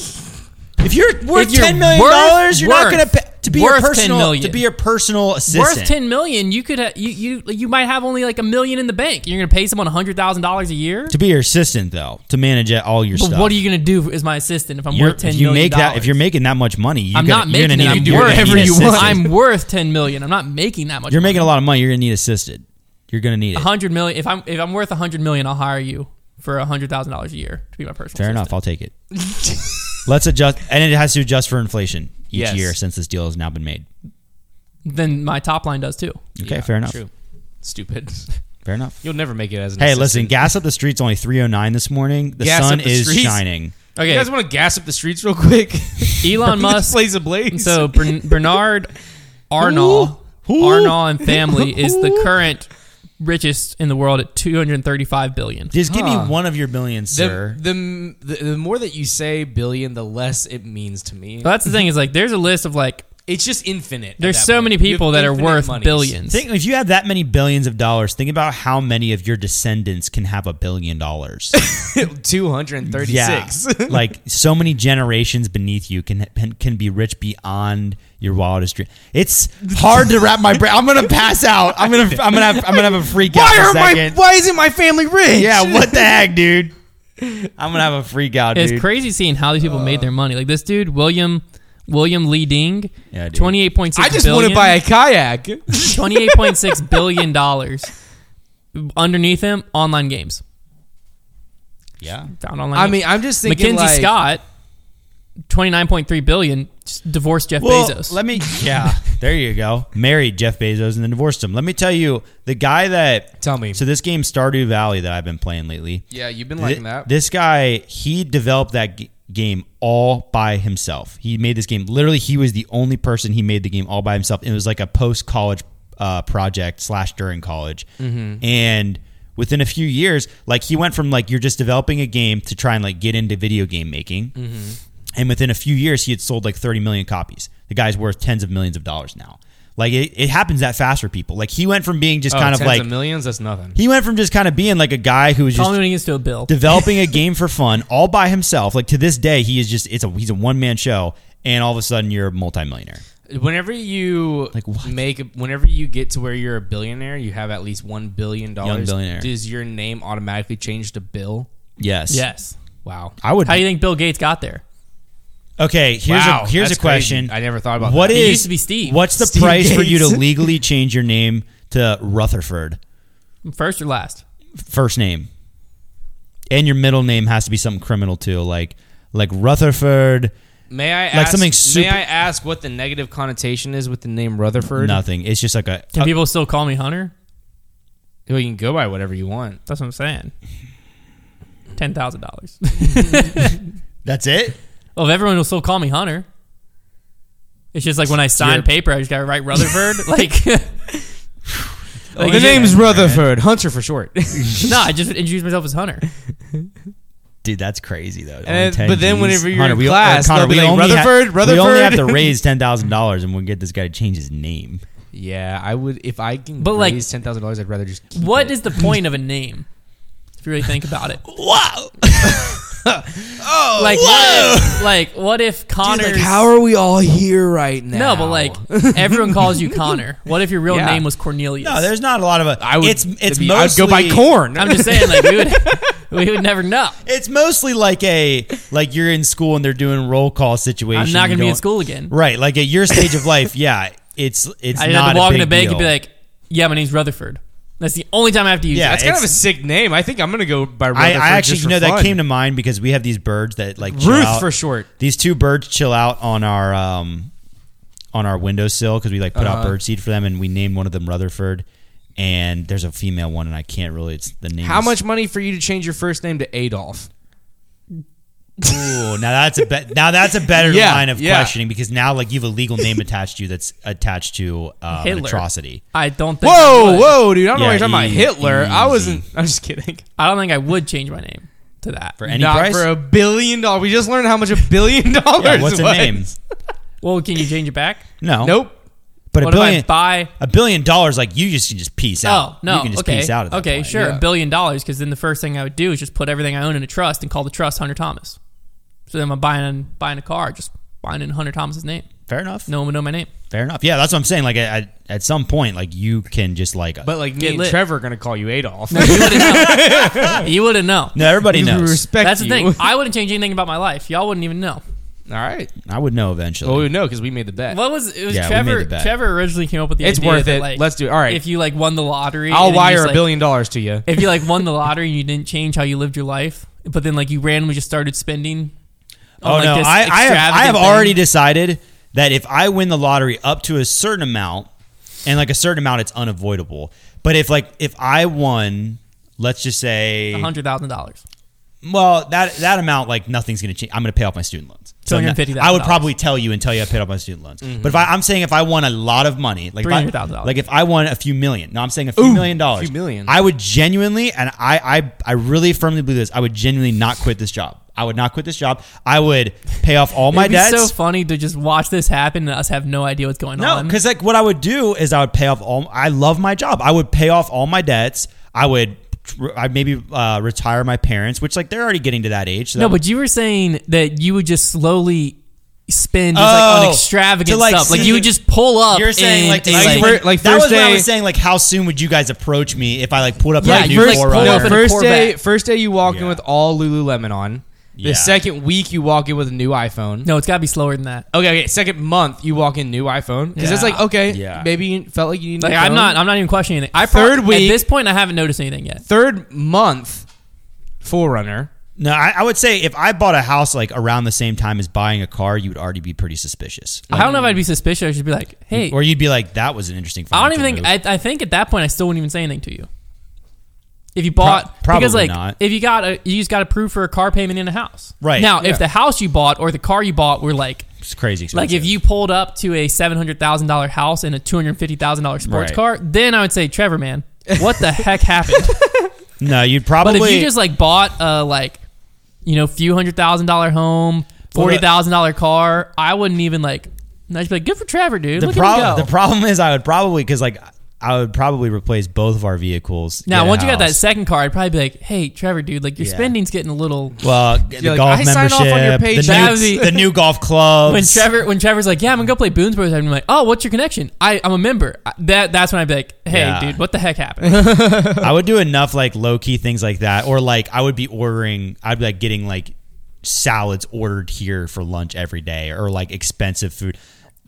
S3: If you're worth
S1: If you're
S3: ten million
S1: worth-
S3: dollars, you're not
S1: worth-
S3: going to pay to be
S1: worth
S3: your
S1: 10
S3: personal
S1: million.
S3: to be your personal assistant.
S1: Worth ten million, you could ha- you you you might have only like a million in the bank. You're gonna pay someone hundred thousand dollars a year.
S3: to be your assistant though, to manage all your
S1: But
S3: stuff.
S1: what are you gonna do as my assistant if I'm
S3: You're-
S1: worth ten
S3: if you
S1: million
S3: make that if you're
S1: dollars?
S3: making that much money, you're
S1: I'm
S3: gonna,
S1: not
S3: you're
S1: making
S3: gonna
S1: it.
S3: need,
S1: I'm
S3: you're gonna
S1: worth
S3: need
S1: you
S3: assistance.
S1: want. I'm worth ten million. I'm not making that much.
S3: You're making a lot of money. You're gonna need assisted. You're gonna need it.
S1: hundred million. If I'm if I'm worth a hundred million, I'll hire you for a hundred thousand dollars a year to be my personal.
S3: Fair
S1: assistant.
S3: enough. I'll take it. Let's adjust, and it has to adjust for inflation each
S2: Yes.
S3: year since this deal has now been made.
S1: Then my top line does too.
S3: Okay, fair enough.
S2: True. Stupid.
S3: Fair enough.
S2: You'll never make it as an.
S3: Hey,
S2: assistant.
S3: listen, gas up the streets only 309 this morning. The
S2: Gas
S3: sun
S2: up the
S3: is
S2: streets?
S3: shining.
S1: Okay,
S2: You guys want to gas up the streets real quick?
S1: Elon
S2: This
S1: Musk.
S2: place ablaze.
S1: So Bern- Bernard Arnault, Arnault and family is the current richest in the world at 235 billion.
S3: Just give
S2: Huh.
S3: me one of your billions,
S2: the,
S3: sir.
S2: the, the the more that you say billion, the less it means to me.
S1: But that's the thing is like there's a list of like
S2: It's just infinite. at
S1: there's
S2: that
S1: so
S2: point.
S1: many
S2: You have
S1: people that are
S2: infinite
S1: worth
S2: monies.
S1: billions.
S3: Think if you have that many billions of dollars, think about how many of your descendants can have a billion dollars.
S2: 236.
S3: like so many generations beneath you can can be rich beyond your wildest dream. It's hard to wrap my brain. I'm gonna pass out. I'm gonna I'm gonna have, I'm gonna have a freak out.
S2: Why
S3: in a
S2: are my
S3: second.
S2: why isn't my family rich?
S3: Yeah, what the heck, dude? I'm gonna have a freak out,
S1: it's
S3: dude.
S1: crazy seeing how these people made their money. Like this dude William William Lee Ding,
S3: Yeah, dude.
S1: 28.6
S2: I just want
S1: billion-
S2: to buy a kayak.
S1: 28.6 billion dollars. Underneath him, online games.
S3: yeah.
S1: Found online.
S2: I
S1: games.
S2: mean, I'm just thinking
S1: Mackenzie
S2: like,
S1: Scott, 29.3 billion, just divorced Jeff
S3: Well,
S1: Bezos.
S3: let me. Yeah, there you go. Married Jeff Bezos and then divorced him. Let me tell you, the guy that
S2: Tell me.
S3: So this game Stardew Valley that I've been playing lately.
S2: Yeah, you've been liking
S3: thi-
S2: that.
S3: This guy, he developed that g- game all by himself. He made this game. Literally, he was the only person. He made the game all by himself. It was like a post college uh, project slash during college,
S2: Mm-hmm.
S3: and. Within a few years, like he went from like you're just developing a game to try and like get into video game making,
S2: Mm-hmm.
S3: and within a few years, he had sold like 30 million copies. The guy's worth tens of millions of dollars now. Like it, it happens that fast for people. Like he went from being just
S2: oh,
S3: kind of
S2: tens
S3: like
S2: of millions. That's nothing.
S3: he went from just kind of being like a guy who was
S1: Tell me
S3: just
S1: when he gets to a bill.
S3: developing a game for fun all by himself. Like to this day, he is just it's a he's a one man show, and all of a sudden you're a multimillionaire.
S2: Whenever you
S3: Like what?
S2: make, whenever you get to where you're a billionaire, you have at least one billion dollars.
S3: billionaire.
S2: Does your name automatically change to Bill?
S3: Yes.
S1: Yes.
S2: Wow.
S3: I would.
S1: How do you think Bill Gates got there?
S3: okay. Here's
S2: Wow,
S3: a here's a
S2: that's
S3: question.
S2: crazy. I never thought about
S3: What
S2: that.
S1: He
S3: is-
S1: used to be Steve.
S3: What's the
S2: Steve
S3: price for you to
S2: Gates.
S3: legally change your name to Rutherford?
S1: First or last?
S3: First name. And your middle name has to be something criminal too, like like Rutherford.
S2: May I
S3: Like
S2: ask,
S3: something super-
S2: May I ask what the negative connotation is with the name Rutherford?
S3: Nothing. It's just like a.
S1: Can people still call me Hunter?
S2: Well, you can go by whatever you want.
S1: That's what I'm saying. Ten thousand dollars.
S3: that's it.
S1: well, if everyone will still call me Hunter, it's just like when I sign
S2: You're-
S1: paper, I just gotta write Rutherford. like, Like, yeah.
S2: the name's Rutherford Hunter for short.
S1: no, I just introduced myself as Hunter.
S3: Dude, that's crazy though. Only
S2: then-
S3: 10
S2: but then
S3: Gs.
S2: whenever you're in class,
S3: Connor,
S2: they'll be
S3: we
S2: like,
S3: only ha-
S2: "Rutherford,
S3: We only have to
S2: Rutherford."
S3: raise ten thousand dollars, and we'll get this guy to change his name.
S2: yeah, I would if I can.
S1: But,
S2: But
S1: like-
S2: like ten thousand dollars, I'd rather just. Keep
S1: What
S2: it.
S1: is the point of a name? If you really think about it,
S3: Wow.
S1: like, what if, like what if Connor?
S2: are we all here right now?
S1: no, but like everyone calls you Connor. What if your real
S2: Yeah.
S1: name was Cornelius?
S3: No, there's not a lot of a.
S2: I would.
S3: It's it's
S2: be-
S3: mostly.
S2: I'd go by corn.
S1: I'm just saying, like we would, we would never know.
S3: It's mostly like a like you're in school and they're doing roll call situation.
S1: I'm not
S3: You
S1: gonna be in
S3: don't-
S1: school again.
S3: Right, like at your stage of life, yeah, it's it's
S1: I just have
S3: not
S1: to walk
S3: a big
S1: in the bank
S3: deal.
S1: and be like, "Yeah, my name's Rutherford." That's the only time I have to use
S3: Yeah,
S1: it.
S2: That's kind of a
S3: it's-
S2: sick name. I think I'm gonna go by
S3: I,
S2: Rutherford.
S3: I actually,
S2: just
S3: you
S2: for
S3: know, that
S2: fun.
S3: came to mind because we have these birds that like chill
S2: Ruth
S3: out.
S2: for short.
S3: These two birds chill out on our um on our windowsill because we like put
S1: Uh-huh.
S3: out bird seed for them, and we named one of them Rutherford. And there's a female one, and I can't really. It's the name.
S2: How
S3: is-
S2: much money for you to change your first name to Adolf?
S3: Ooh, now that's a be- now that's a better
S2: Yeah,
S3: line of
S2: yeah.
S3: questioning because now like you have a legal name attached to you that's attached to uh, an
S1: Hitler.
S3: atrocity.
S1: I don't think. I
S2: Whoa,
S1: would.
S2: whoa, dude! I don't know
S3: Yeah,
S2: what you're talking
S3: easy,
S2: about. Hitler. I
S3: easy.
S2: wasn't. I'm just kidding.
S1: I don't think I would change my name to that.
S3: For any
S2: Not
S3: price?
S2: for a billion dollars. We just learned how much a billion dollars.
S3: yeah, what's a
S2: was.
S3: name?
S1: Well, can you change it back?
S3: No,
S2: Nope.
S3: But
S1: What if
S3: a
S1: I
S3: billion,
S1: buy?
S3: a billion dollars, like you just can just peace
S1: Oh
S3: out.
S1: no!
S3: you can just
S1: okay,
S3: peace out. At that
S1: okay,
S3: point.
S1: sure,
S2: Yeah.
S1: a billion dollars. Because then the first thing I would do is just put everything I own in a trust and call the trust Hunter Thomas. So then I'm buying buying a car, just buying in Hunter Thomas's name.
S3: Fair enough.
S1: No one would know my name.
S3: Fair enough. Yeah, that's what I'm saying. Like at, at- at some point, like you can just like.
S2: But like me
S1: Get
S2: and
S1: lit.
S2: Trevor are gonna call you Adolf.
S1: You wouldn't know. you wouldn't know.
S3: no, everybody knows.
S2: respect
S1: That's the
S2: you.
S1: thing. I wouldn't change anything about my life. Y'all wouldn't even know.
S2: All right.
S3: I would know eventually.
S2: Well, we would know because we made the bet.
S1: What was it? Was
S3: Yeah, we made
S1: Trevor?
S3: the bet.
S1: Trevor originally came up with the
S2: It's
S1: idea
S2: worth
S1: that,
S2: it.
S1: like,
S2: Let's do it. All right.
S1: If you like won the lottery, and
S2: I'll
S1: then you
S2: wire
S1: just,
S2: a
S1: like-
S2: billion dollars to you.
S1: If you like won the lottery and you didn't change how you lived your life, but then like you randomly just started spending. on,
S3: oh
S1: like,
S3: no,
S1: this
S3: I, I have I
S1: extravagant
S3: have
S1: thing.
S3: already decided that if I win the lottery up to a certain amount, and like a certain amount, it's unavoidable. But if like if I won, let's just say,
S1: hundred thousand dollars.
S3: well that that amount, like nothing's gonna change. I'm gonna pay off my student loans. So no-
S1: $250,000.
S3: I would probably tell you until you I paid off my student loans.
S1: Mm-hmm.
S3: But if I, I'm saying if I won a lot of money, like if I-
S1: $300,000.
S3: like if I won a few million, no, I'm saying a few million dollars,
S2: few million.
S3: I would genuinely, and I, I, I really firmly believe this. I would genuinely not quit this job. I would not quit this job. I would pay off all my
S1: It'd be
S3: debts.
S1: so funny to just watch this happen and us have no idea what's going
S3: No,
S1: on.
S3: because like what I would do is I would pay off all. I love my job. I would pay off all my debts. I would. I maybe uh, retire my parents, which like they're already getting to that age. So
S1: no,
S3: that-
S1: but you were saying that you would just slowly spend just like
S3: Oh,
S1: on extravagant
S3: to, like,
S1: stuff. Like
S3: see-
S1: you would just pull up.
S3: you're
S1: and-
S3: saying like,
S1: and,
S3: like,
S1: like,
S2: fir- like,
S3: that was
S2: first
S3: what I
S2: day-
S3: was saying like how soon would you guys approach me if I like pulled up
S1: Yeah,
S3: like a
S1: you
S3: new
S1: like, pull
S3: forerunner?
S1: up in a
S2: first day,
S1: Corvette.
S2: first day you walk in
S3: Yeah.
S2: with all Lululemon on. The
S3: Yeah.
S2: second week you walk in with a new iPhone.
S1: no, it's got to be slower than that.
S2: Okay, okay. Second month you walk in new iPhone because it's
S1: Yeah.
S2: like okay,
S3: Yeah.
S2: maybe you felt like you need.
S1: Like
S2: a
S1: I'm
S2: phone.
S1: not. I'm not even questioning anything. I probably-
S2: Third week-
S1: at this point, I haven't noticed anything yet.
S2: Third month, Forerunner.
S3: No, I, I would say if I bought a house like around the same time as buying a car, you would already be pretty suspicious.
S1: I don't know if I'd be suspicious. I should be like, hey,
S3: Or you'd be like, that was an interesting.
S1: I don't even
S3: financial
S1: think.
S3: move.
S1: I, I think at that point, I still wouldn't even say anything to you. If you bought,
S3: probably
S1: because like,
S3: not.
S1: if you got, a, you just got approved for a car payment in a house.
S3: Right.
S1: now,
S2: Yeah.
S1: if the house you bought or the car you bought were like,
S3: it's crazy. Expensive.
S1: like if you pulled up to a seven hundred thousand dollar house and a two hundred fifty thousand dollar sports
S3: Right.
S1: car, then I would say, Trevor, man, what the heck happened?
S3: no, you'd probably.
S1: But if you just like bought a like, you know, few hundred thousand dollar home,
S3: Well,
S1: forty
S3: the-
S1: thousand dollar car, I wouldn't even like. I'd just be like, good for Trevor, dude.
S3: the
S1: Look at him
S3: problem
S1: go.
S3: the problem is I would probably because like I would probably replace both of our vehicles.
S1: Now,
S3: get a
S1: once you got that
S3: house.
S1: second car, I'd probably be like, "Hey, Trevor, dude, like your
S3: Yeah.
S1: spending's getting a little."
S3: well, the
S2: like,
S3: golf
S2: I sign
S3: membership,
S2: off on your page,
S3: the,
S1: that
S3: new,
S1: would be-
S3: the new golf clubs.
S1: When Trevor, when Trevor's like, "Yeah, I'm gonna go play Boone's Brothers," I'm like, "Oh, what's your connection? I, I'm a member." I- That that's when I'd be like, "Hey,
S3: Yeah.
S1: dude, what the heck happened?"
S3: I would do enough like low key things like that, or like I would be ordering. I'd be like getting like salads ordered here for lunch every day, or like expensive food.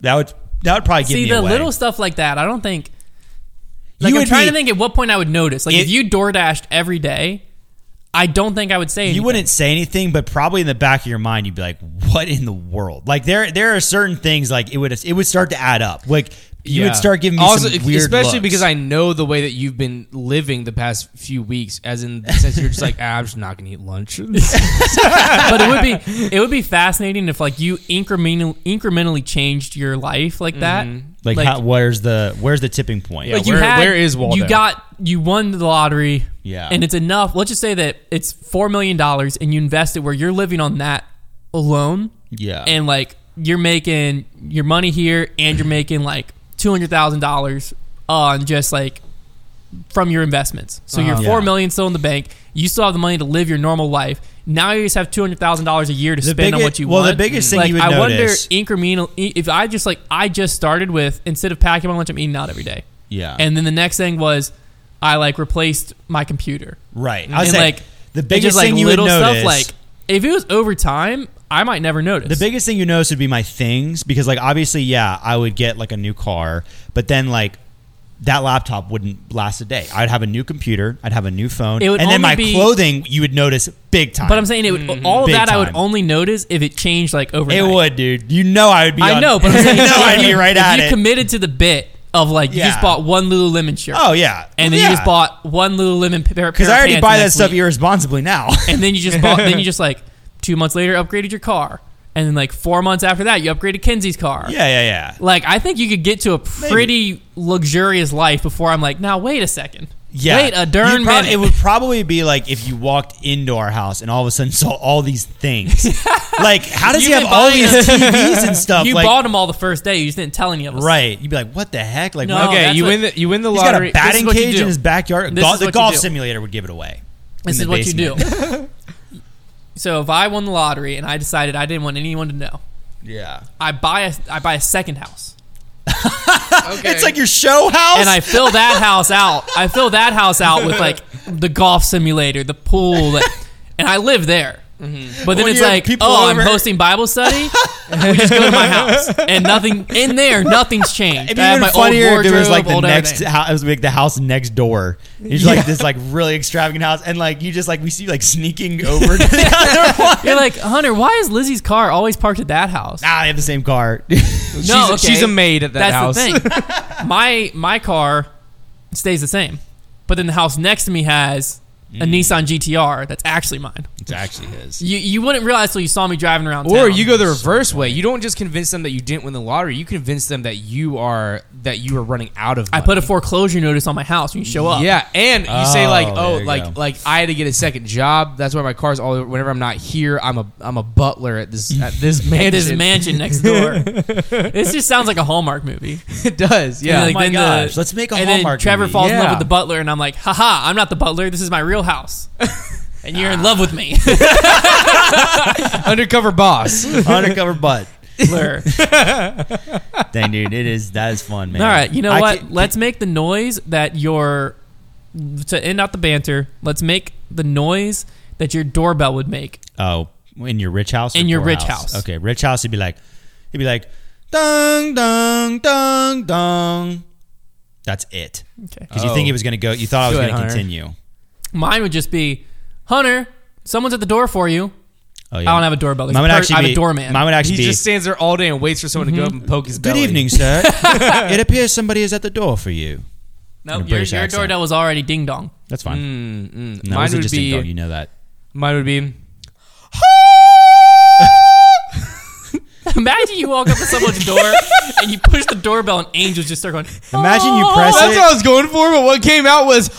S3: That would that would probably give
S1: See
S3: me
S1: the
S3: away.
S1: little stuff like that. I don't think. Like
S3: You
S1: I'm
S3: would
S1: trying to
S3: be-
S1: think at what point I would notice. Like
S3: It-
S1: if you door dashed every day, I don't think I would say anything.
S3: You wouldn't say anything, but probably in the back of your mind, you'd be like, "What in the world?" Like there, there are certain things like it would it would start to add up. Like you
S2: Yeah.
S3: would start giving me
S2: also,
S3: some weird
S2: especially
S3: looks.
S2: because I know the way that you've been living the past few weeks, as in since you're just like, ah, I'm just not gonna eat
S1: Oh,
S2: lunch.
S1: but it would be it would be fascinating if like you incremental, incrementally changed your life like that.
S3: like, how, where's the where's the tipping point?
S2: Yeah.
S1: like you
S2: where-
S1: had,
S2: where is Waldo?
S1: You got you won the lottery.
S3: Yeah.
S1: And it's enough. Let's just say that it's four million dollars and you invest it where you're living on that alone.
S3: Yeah.
S1: And like you're making your money here and you're making like two hundred thousand dollars on just like from your investments. So your
S2: Uh-huh.
S1: four
S3: Yeah.
S1: million still in the bank. You still have the money to live your normal life. Now you just have two hundred thousand dollars a year to
S3: The
S1: spend on
S3: biggest-
S1: what you
S3: well,
S1: want.
S3: the biggest thing
S1: like,
S3: you would
S1: I
S3: notice-
S1: wonder incremental. If I just like I just started with instead of packing my lunch, I'm eating out every day.
S3: Yeah.
S1: And then the next thing was, I like replaced my computer.
S3: right. I was
S1: and
S3: saying,
S1: like
S3: the
S1: It's
S3: biggest
S1: just like
S3: thing you
S1: little
S3: would notice,
S1: stuff. Like if it was over time, I might never notice.
S3: The biggest thing you notice would be my things because, like, obviously, yeah, I would get like a new car, but then like that laptop wouldn't last a day. I'd have a new computer, I'd have a new phone,
S1: It would
S3: and then
S1: only
S3: my
S1: be-
S3: clothing you would notice big time.
S1: But I'm saying it would all of
S3: Big
S1: that I would
S3: time.
S1: only notice if it changed like overnight.
S3: it would, dude. You know, I would be.
S1: I
S3: on-
S1: know, but I'm
S3: you
S1: saying
S3: know,
S1: if
S3: I'd be
S1: you-
S3: right
S1: if
S3: at
S1: you
S3: it.
S1: committed to the bit of like you just
S3: Yeah.
S1: bought one Lululemon shirt.
S3: oh yeah,
S1: And then you just bought one Lululemon pa- pair
S3: because
S1: pair
S3: I
S1: of
S3: already
S1: pants
S3: buy
S1: the
S3: that
S1: next
S3: stuff
S1: week.
S3: irresponsibly now.
S1: And then you just bought. then you just like two months later upgraded your car, and then like four months after that you upgraded Kenzie's car.
S3: yeah, yeah, yeah.
S1: Like I think you could get to a pretty luxurious life before I'm like, now wait a second.
S3: Yeah.
S1: Wait a darn
S3: You'd prob-
S1: minute.
S3: It would probably be like if you walked into our house and all of a sudden saw all these things. like, how does
S1: You've
S3: he have
S1: been
S3: all
S1: buying
S3: these TVs and stuff?
S1: you
S3: like,
S1: bought them all the first day. You just didn't tell any of us.
S3: right? You'd be like, what the heck? Like,
S1: No.
S3: what-
S2: okay,
S1: that's
S2: you
S1: what-
S2: win the you win the
S3: he's got
S2: lottery.
S3: a batting
S1: what you
S3: cage
S1: do.
S3: in his backyard.
S1: This
S3: Gol-
S1: is what
S3: the
S1: you
S3: golf
S1: do.
S3: simulator would give it away.
S1: This
S3: in
S1: is
S3: the
S1: what you
S3: basement.
S1: do. so if I won the lottery and I decided I didn't want anyone to know,
S3: yeah,
S1: I buy a I buy a second house
S2: Okay.
S3: it's like your show house.
S1: and I fill that house out. I fill that house out with like the golf simulator, the pool, like, and I live there. But then
S3: Mm-hmm. When
S1: it's
S3: you have
S1: like,
S3: people
S1: oh, I'm
S3: over-
S1: hosting Bible study. we just go to my house, and nothing in there. Nothing's changed.
S3: It'd
S1: I
S3: be
S1: have
S3: even
S1: my
S3: funnier
S1: old
S3: if it was like the
S1: wardrobe, old
S3: next
S1: everything.
S3: house, like the house next door. It's like this like really extravagant house, and like you just like we see you, like sneaking over to the other one.
S1: You're like Hunter. Why is Lizzie's car always parked at that house?
S3: Ah, they have the same car.
S2: she's,
S1: No,
S2: a-
S1: okay.
S2: she's a maid at that
S1: That's
S2: house.
S1: the thing. my my car stays the same, but then the house next to me has a
S3: Mm.
S1: Nissan GTR that's actually mine.
S3: it's actually his.
S1: You you wouldn't realize till you saw me driving around.
S2: Or
S1: town.
S2: you go the reverse way. You don't just convince them that you didn't win the lottery. You convince them that you are that you are running out of.
S1: I
S2: Money.
S1: put a foreclosure notice on my house when you show up.
S2: Yeah, and you say like,
S3: Oh,
S2: oh,
S3: there you
S2: like
S3: go.
S2: like I had to get a second job. That's why my car's all. over. Whenever I'm not here, I'm a I'm a butler at this at this mansion.
S1: At this mansion next door. this just sounds like a Hallmark movie.
S2: it does.
S1: And
S2: Yeah. Oh
S1: like,
S3: my
S1: then
S3: gosh, let's make a
S1: and
S3: Hallmark
S1: Then Trevor
S3: movie.
S1: falls in love
S2: Yeah.
S1: with the butler, and I'm like, haha, I'm not the butler. This is my real house. And you're in love with me.
S2: undercover boss.
S3: Undercover butt.
S1: Blur.
S3: Dang, dude, it is that is fun, man.
S1: All right, you know
S3: I
S1: what?
S3: can't-
S1: Let's make the noise that your to end out the banter. Let's make the noise that your doorbell would make.
S3: Oh, in your rich house. or
S1: In your
S3: poor
S1: rich house.
S3: Okay, rich house. He'd be like, he'd be like, dong, dong, dong, dong. That's it.
S1: Okay,
S3: Because you think
S2: Oh.
S3: it was gonna go. You thought I was
S2: Good,
S3: gonna
S2: Hunter.
S3: continue.
S1: mine would just be Hunter. Someone's at the door for you.
S3: Oh yeah.
S1: I don't have a doorbell. There's
S3: Mine would
S1: a per-
S3: actually
S1: I have a
S3: be-
S1: doorman.
S3: Mine would
S2: He
S3: actually be.
S2: just stands there all day and waits for someone to go up and poke his
S3: Good
S2: belly.
S3: evening, sir. it appears somebody is at the door for you.
S1: No,
S3: in a
S1: your,
S3: British
S1: your
S3: accent.
S1: doorbell was already ding dong.
S3: That's fine.
S2: Mm, mm.
S3: No,
S2: mine
S3: mine
S2: would
S3: just a dog.
S2: be
S3: You know that.
S2: mine would be
S1: Imagine you walk up to someone's door and you push the doorbell and angels just start going.
S3: Imagine you
S1: "Oh."
S3: press
S2: That's
S3: it.
S2: what I was going for, but what came out was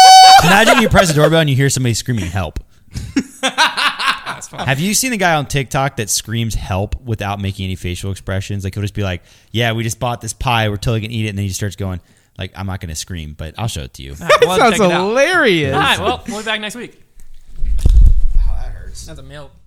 S3: Imagine you press the doorbell and you hear somebody screaming help. Have you seen the guy on TikTok that screams help without making any facial expressions? Like he'll just be like, "Yeah, we just bought this pie. We're totally gonna eat it," and then he just starts going, Like I'm not gonna scream, but I'll show it to you.
S2: Well,
S5: Sounds
S2: check it out.
S5: hilarious.
S1: All right, well, we'll be back next week.
S3: that hurts.
S1: That's a milk.